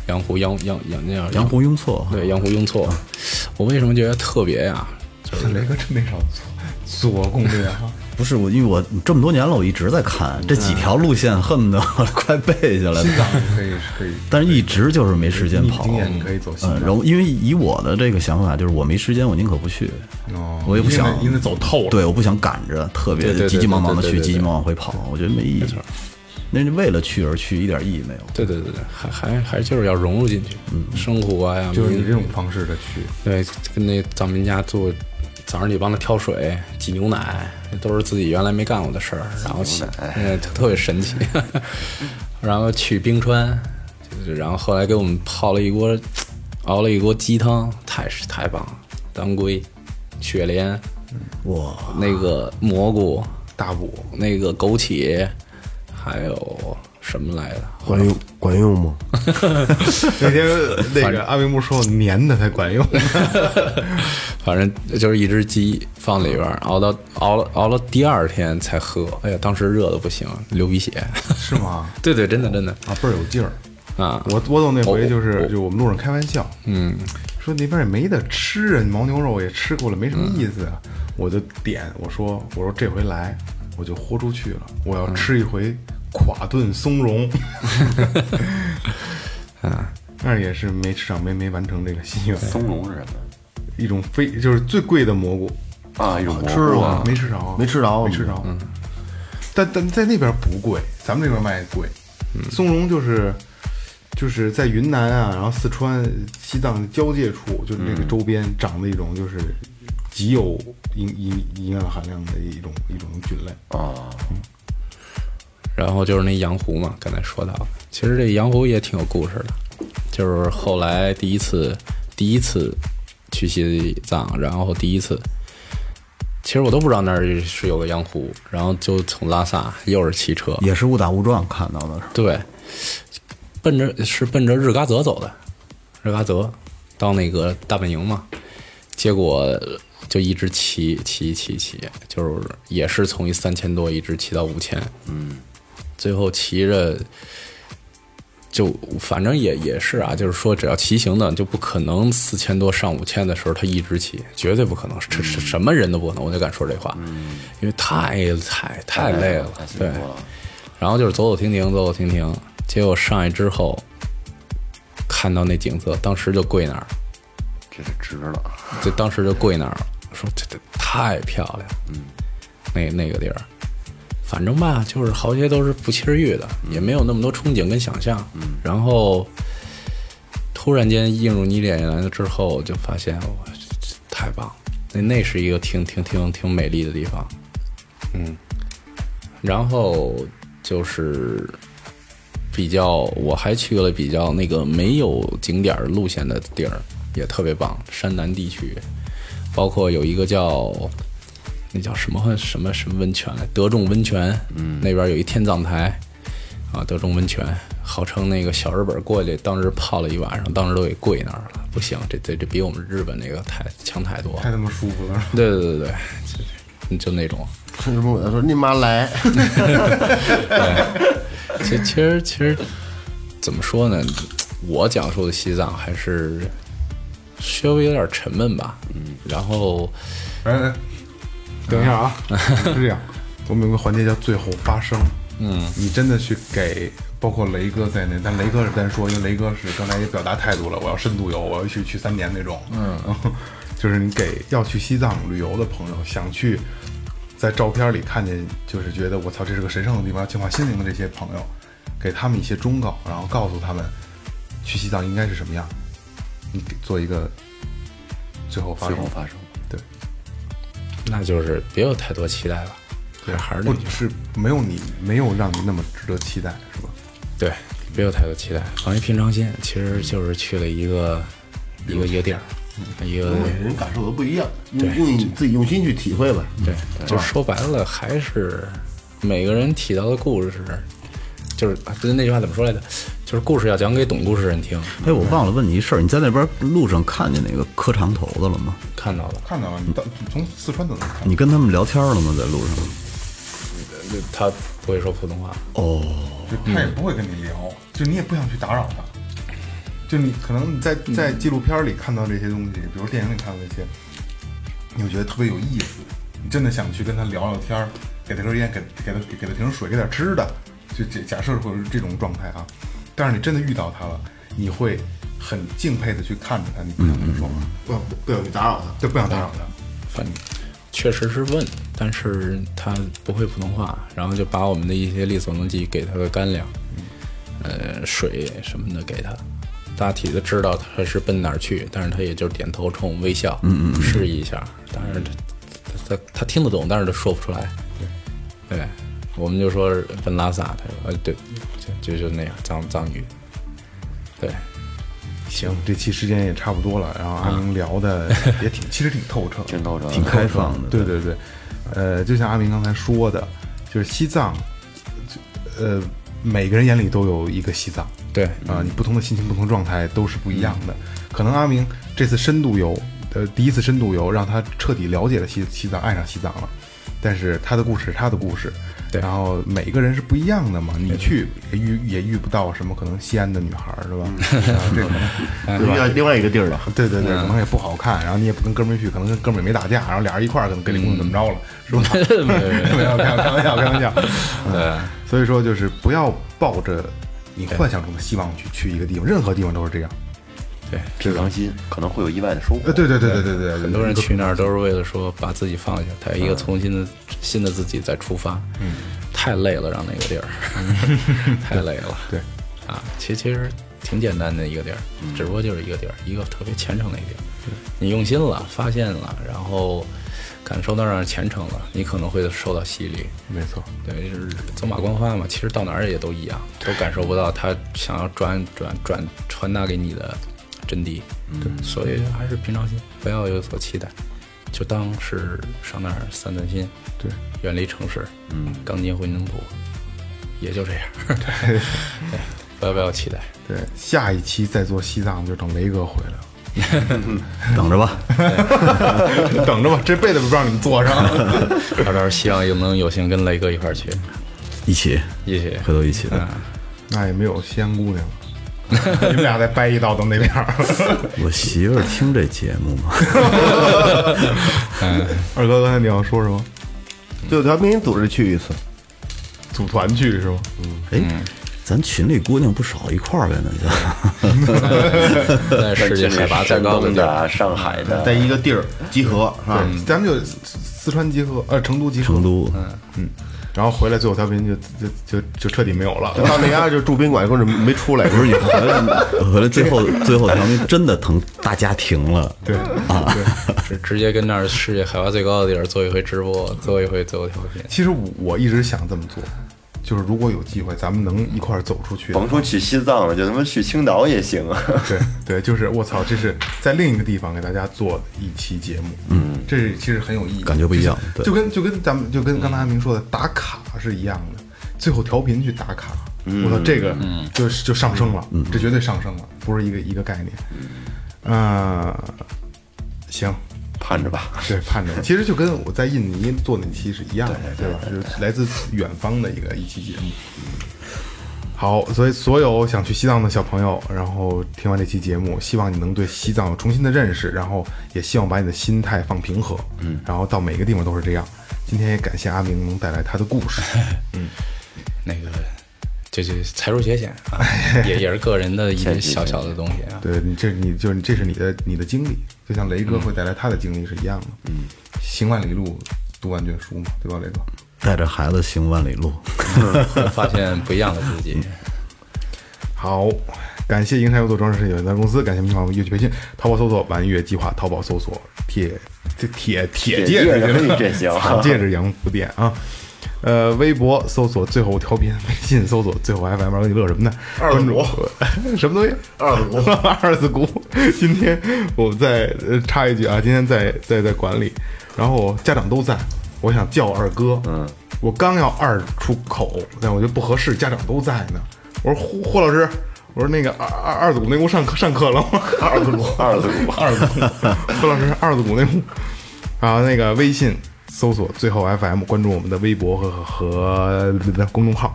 羊湖羊羊羊那样
洋湖雍措，
对羊湖雍措，
嗯
我为什么觉得特别呀、
雷哥真没少做做攻略啊 哈。
不是我，因为我这么多年了，我一直在看这几条路线，恨不得 我快背下来
西
了，
藏可以可以，
但是一直就是没时间跑
你。经验你可以走西
嗯，然
藏。
后因为以我的这个想法，就是我没时间，我宁可不去，
哦
我也不想
因为因为走透了。
对，我不想赶着特别
对对对
急急忙忙的
对
去，
对对
急急忙忙回跑，我觉得没意义。那是为了去而去，一点意义没有。
对对对对，还还还就是要融入进去，生活呀、
嗯就是
民
你这种方式的去，
对，跟那藏民家做，早上你帮他挑水、挤牛奶，那都是自己原来没干过的事儿。然后起，嗯，特特别神奇。 然后去冰川，就是然后后来给我们泡了一锅，熬了一锅鸡汤，太是太棒了。当归、雪莲、
哇，
那个蘑菇、
大补
那个枸杞，还有什么来着？
管用管用吗？
那天那个阿明不是说粘的才管用，
反正就是一只鸡放里边儿，熬到熬了熬了第二天才喝。哎呀，当时热的不行，流鼻血。
是吗？
对对，真的真的
啊，倍儿有劲儿。
啊！
我我走那回就
我
是
我
就我们路上开玩笑，嗯，说那边也没得吃啊，牦牛肉也吃过了，没什么意思啊。我就点我说我说这回来我就豁出去了，我要吃一回垮炖松茸。啊，但是也是没吃上，没没完成这个心愿。
松茸是什么
一种非就是最贵的蘑菇，
啊？一种蘑
吃
菇
过，
没吃着啊，
没吃着
没吃着。但但在那边不贵，咱们这边卖贵。松茸就是就是在云南啊，然后四川、西藏交界处，就是那个周边长的一种就是极有营营营养含量的一种一种菌类。
啊，
然后就是那羊湖嘛，刚才说到的，其实这羊湖也挺有故事的，就是后来第一次第一次去西藏，然后第一次，其实我都不知道那儿是有个羊湖，然后就从拉萨又是骑车，
也是误打误撞看到的。
对，奔着是奔着日喀则走的，日喀则到那个大本营嘛，结果就一直骑骑骑骑，就是也是从一三千多一直骑到五千，嗯，最后骑着。就反正也也是啊，就是说，只要骑行的，就不可能四千多上五千的时候他一直骑，绝对不可能，这是什么人都不可能，我就敢说这话，因为太太太累了，
太辛
对，
苦了。
然后就是走走停停，走走停停。结果上去之后，看到那景色，当时就跪那儿了，
这是值了，
就当时就跪那儿了，说这这太漂亮，嗯，那那个地儿，反正吧，就是好些都是不期而遇的，也没有那么多憧憬跟想象，嗯，然后突然间映入你脸来了之后，就发现哇，这这太棒了，那那是一个挺挺挺挺美丽的地方，然后就是比较，我还去了比较那个没有景点儿路线的地儿，也特别棒，山南地区，包括有一个叫那叫什么什么什么温泉来，德众温泉，嗯，那边有一天葬台啊，德众温泉。号称那个小日本过去，当时泡了一晚上，当时都给跪那儿了。不行，这这这比我们日本那个太强太多
太 他
了。
妈舒服了，
对对对对，就就那种。
日本我就说你妈来，
其实其实其实怎么说呢？我讲述的西藏还是稍微有点沉闷吧。嗯，然后
哎哎，等一下 啊，是这样，我们有个环节叫最后发声。嗯，你真的去给，包括雷哥在内，但雷哥是单说，因为雷哥是刚才也表达态度了，我要深度游，我要去去三年那种。嗯， 就是你给要去西藏旅游的朋友，想去在照片里看见，就是觉得我操，这是个神圣的地方，要净化心灵的这些朋友，给他们一些忠告，然后告诉他们去西藏应该是什么样。你给做一个最后发
最
生
后发生。
对，
那就是别有太多期待了，还还是那
不
句话
是没有你没有让你那么值得期待，是吧？
对，别有太多期待，放一平常心，其实就是去了一个一个夜店儿，一个
每个人感受都不一样，用用你自己用心去体会吧。
对，就说白了还是每个人提到的故事，就是啊对那句话怎么说来着？就是故事要讲给懂故事人听，
哎，我忘了问你一事儿，你在那边路上看见那个磕长头的了吗？
看到了，
看到了，你到从四川怎么看？
你跟他们聊天了吗？在路上？
他不会说普通话，
哦，
就他也不会跟你聊，就你也不想去打扰他。就你可能在在纪录片里看到这些东西，比如电影里看到这些，你会觉得特别有意思，你真的想去跟他聊聊天儿，给他根烟，给给他给他瓶水，给点吃的，就假假设会是这种状态啊。但是你真的遇到他了，你会很敬佩的去看着他，你不想跟他说话，
不想不想去打扰他。
就不想打扰他。
反正确实是问，但是他不会普通话，然后就把我们的一些力所能及给他的干粮，呃，水什么的给他。大体的知道他是奔哪儿去，但是他也就点头冲我们微笑，嗯嗯，示意一下。但是他他他听得懂，但是他说不出来。对，我们就说奔拉萨，他说呃对，就就就那样藏藏语。对，行，
这期时间也差不多了，然后阿明聊的也挺，其实挺透彻，
啊挺透彻的，
挺开放的。
对对对，呃，就像阿明刚才说的，就是西藏，呃，每个人眼里都有一个西藏
对，嗯
啊、你不同的心情、不同状态都是不一样的。可能阿明这次深度游，呃，第一次深度游让他彻底了解了西西藏，爱上西藏了。但是他的故事是他的故事，
对
然后每个人是不一样的嘛，你去也遇也遇不到什么可能西安的女孩儿是吧？
嗯
啊这 种
另外另外一个地儿了，
对对对，可能也不好看，然后你也不跟哥们儿去，可能跟哥们儿也没打架，
嗯
然后俩人一块儿可能跟你姑娘怎么着了，是 吧？没有，开玩笑，开玩笑。嗯，所以说就是不要抱着你幻想中的希望去去一个地方，任何地方都是这样。
平常心，可能会有意外的收获
呃，。对对对对对对，
很多人去那儿都是为了说把自己放下，他一个重新的、新的自己再出发。嗯，太累了，让那个地儿，太累了。
对
啊，其其实挺简单的一个地儿，只不过就是一个地儿，一个特别虔诚的一个地儿。你用心了，发现了，然后感受到让人虔诚了，你可能会受到洗礼。
没错，
对，就是走马观花嘛，其实到哪儿也都一样，都感受不到他想要转转转传达给你的真谛。对，所以还是平常心，不要有所期待，就当是上那儿散散心，
对，
远离城市，嗯，刚进回宁浦，也就这样。对，不要不要期待，
对，下一期再做西藏就等雷哥回来了。
等着吧。
等着吧，这辈子不让你们坐上。
到时候希望又能有幸跟雷哥一块儿去，
一起，
一起。嗯
回头一起。
那也没有西安姑娘了，你们俩再掰一道到那边儿。
我媳妇儿听这节目吗？
二哥，刚才你要说什么？
最后调频组织去一次，
组团去是吗？
哎，
嗯
咱群里姑娘不少一块儿呗，那 就。
在世界海拔再高的
山东
地
的
儿，
啊、上海的
在，一个地儿集合，是吧？
对，啊咱们就四四川集合，呃，成都集合，
成都，
嗯
然后回来最后调频就就就就彻底没有了。
到那家就住宾馆，说是没出来，不
不是你回来，回来最后最后条命真的疼，大家庭了。
对啊，对。
直直接跟那儿世界海拔最高的地儿做一回直播，做一回最后调频。
其实我我一直想这么做，就是如果有机会，咱们能一块儿走出去。
甭说去西藏了，就他妈去青岛也行啊。
对对，就是我操，这是在另一个地方给大家做一期节目，嗯，这是其实很有意义，
感觉不一样
就
对嗯
就跟就跟咱们就跟刚才阿明说的打卡是一样的，最后调频去打卡，
嗯
我操，这个就是就上升了，这绝对上升了，不是一个一个概念，
嗯
呃，行，
盼着吧，
对，盼着。其实就跟我在印尼做那期是一样的，对吧？就是来自远方的一个一期节目。好，所以所有想去西藏的小朋友，然后听完这期节目，希望你能对西藏有重新的认识，然后也希望把你的心态放平和，嗯，然后到每个地方都是这样。今天也感谢阿明能带来他的故 事，
那个，这这财务节险啊， 也也是个 人的一些小小的东西啊。
对你这你就是这是你的你的经历，就像雷哥会带来他的经历是一样的，嗯，行万里路，读万卷书嘛，对吧，雷哥？
带着孩子行万里路。
会发现不一样的自己。
好，感谢银泰优作装饰设计有限公司，感谢民航乐器培训，淘宝搜索“玩乐计划”，淘宝搜索“铁这铁铁戒指”，
铁戒指这 行
草戒指洋服店啊。呃，微博搜索最后调频，微信搜索最后 FM，跟你乐什么呢？
二
关
子
注
谷
什么东西？
二子谷
二子谷。今天我再呃插一句啊，今天在在在管理，然后家长都在，我想叫二哥，嗯，我刚要二出口，但我觉得不合适，家长都在呢。我说霍霍老师，我说那个二二二子谷那屋上课上课了吗？二子谷，
二子谷，
二子谷，何老师二子谷那屋。然后那个微信搜索最后 FM，关注我们的微博和和和公众号，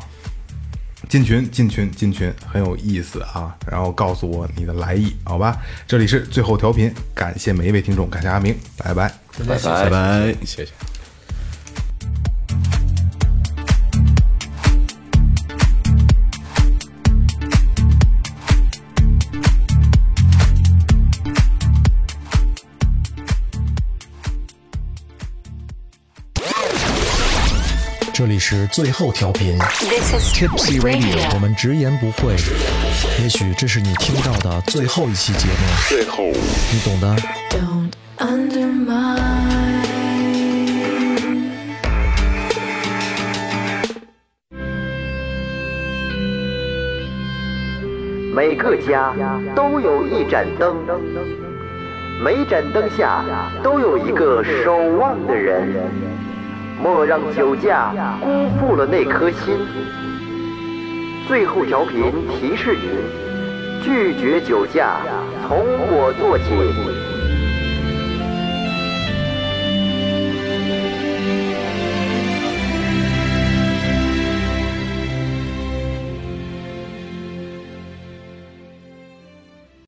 进群进群进群，很有意思啊！然后告诉我你的来意，好吧？这里是最后调频，感谢每一位听众，感谢阿明，拜拜。
拜
拜
拜。
拜。
谢谢。
这里是最后调频
This is
Tipsy Radio，我
Radio.
们直言不讳，也许这是你听到的最后一期节目，最后，你懂的。
Don't undermine.
Thank you.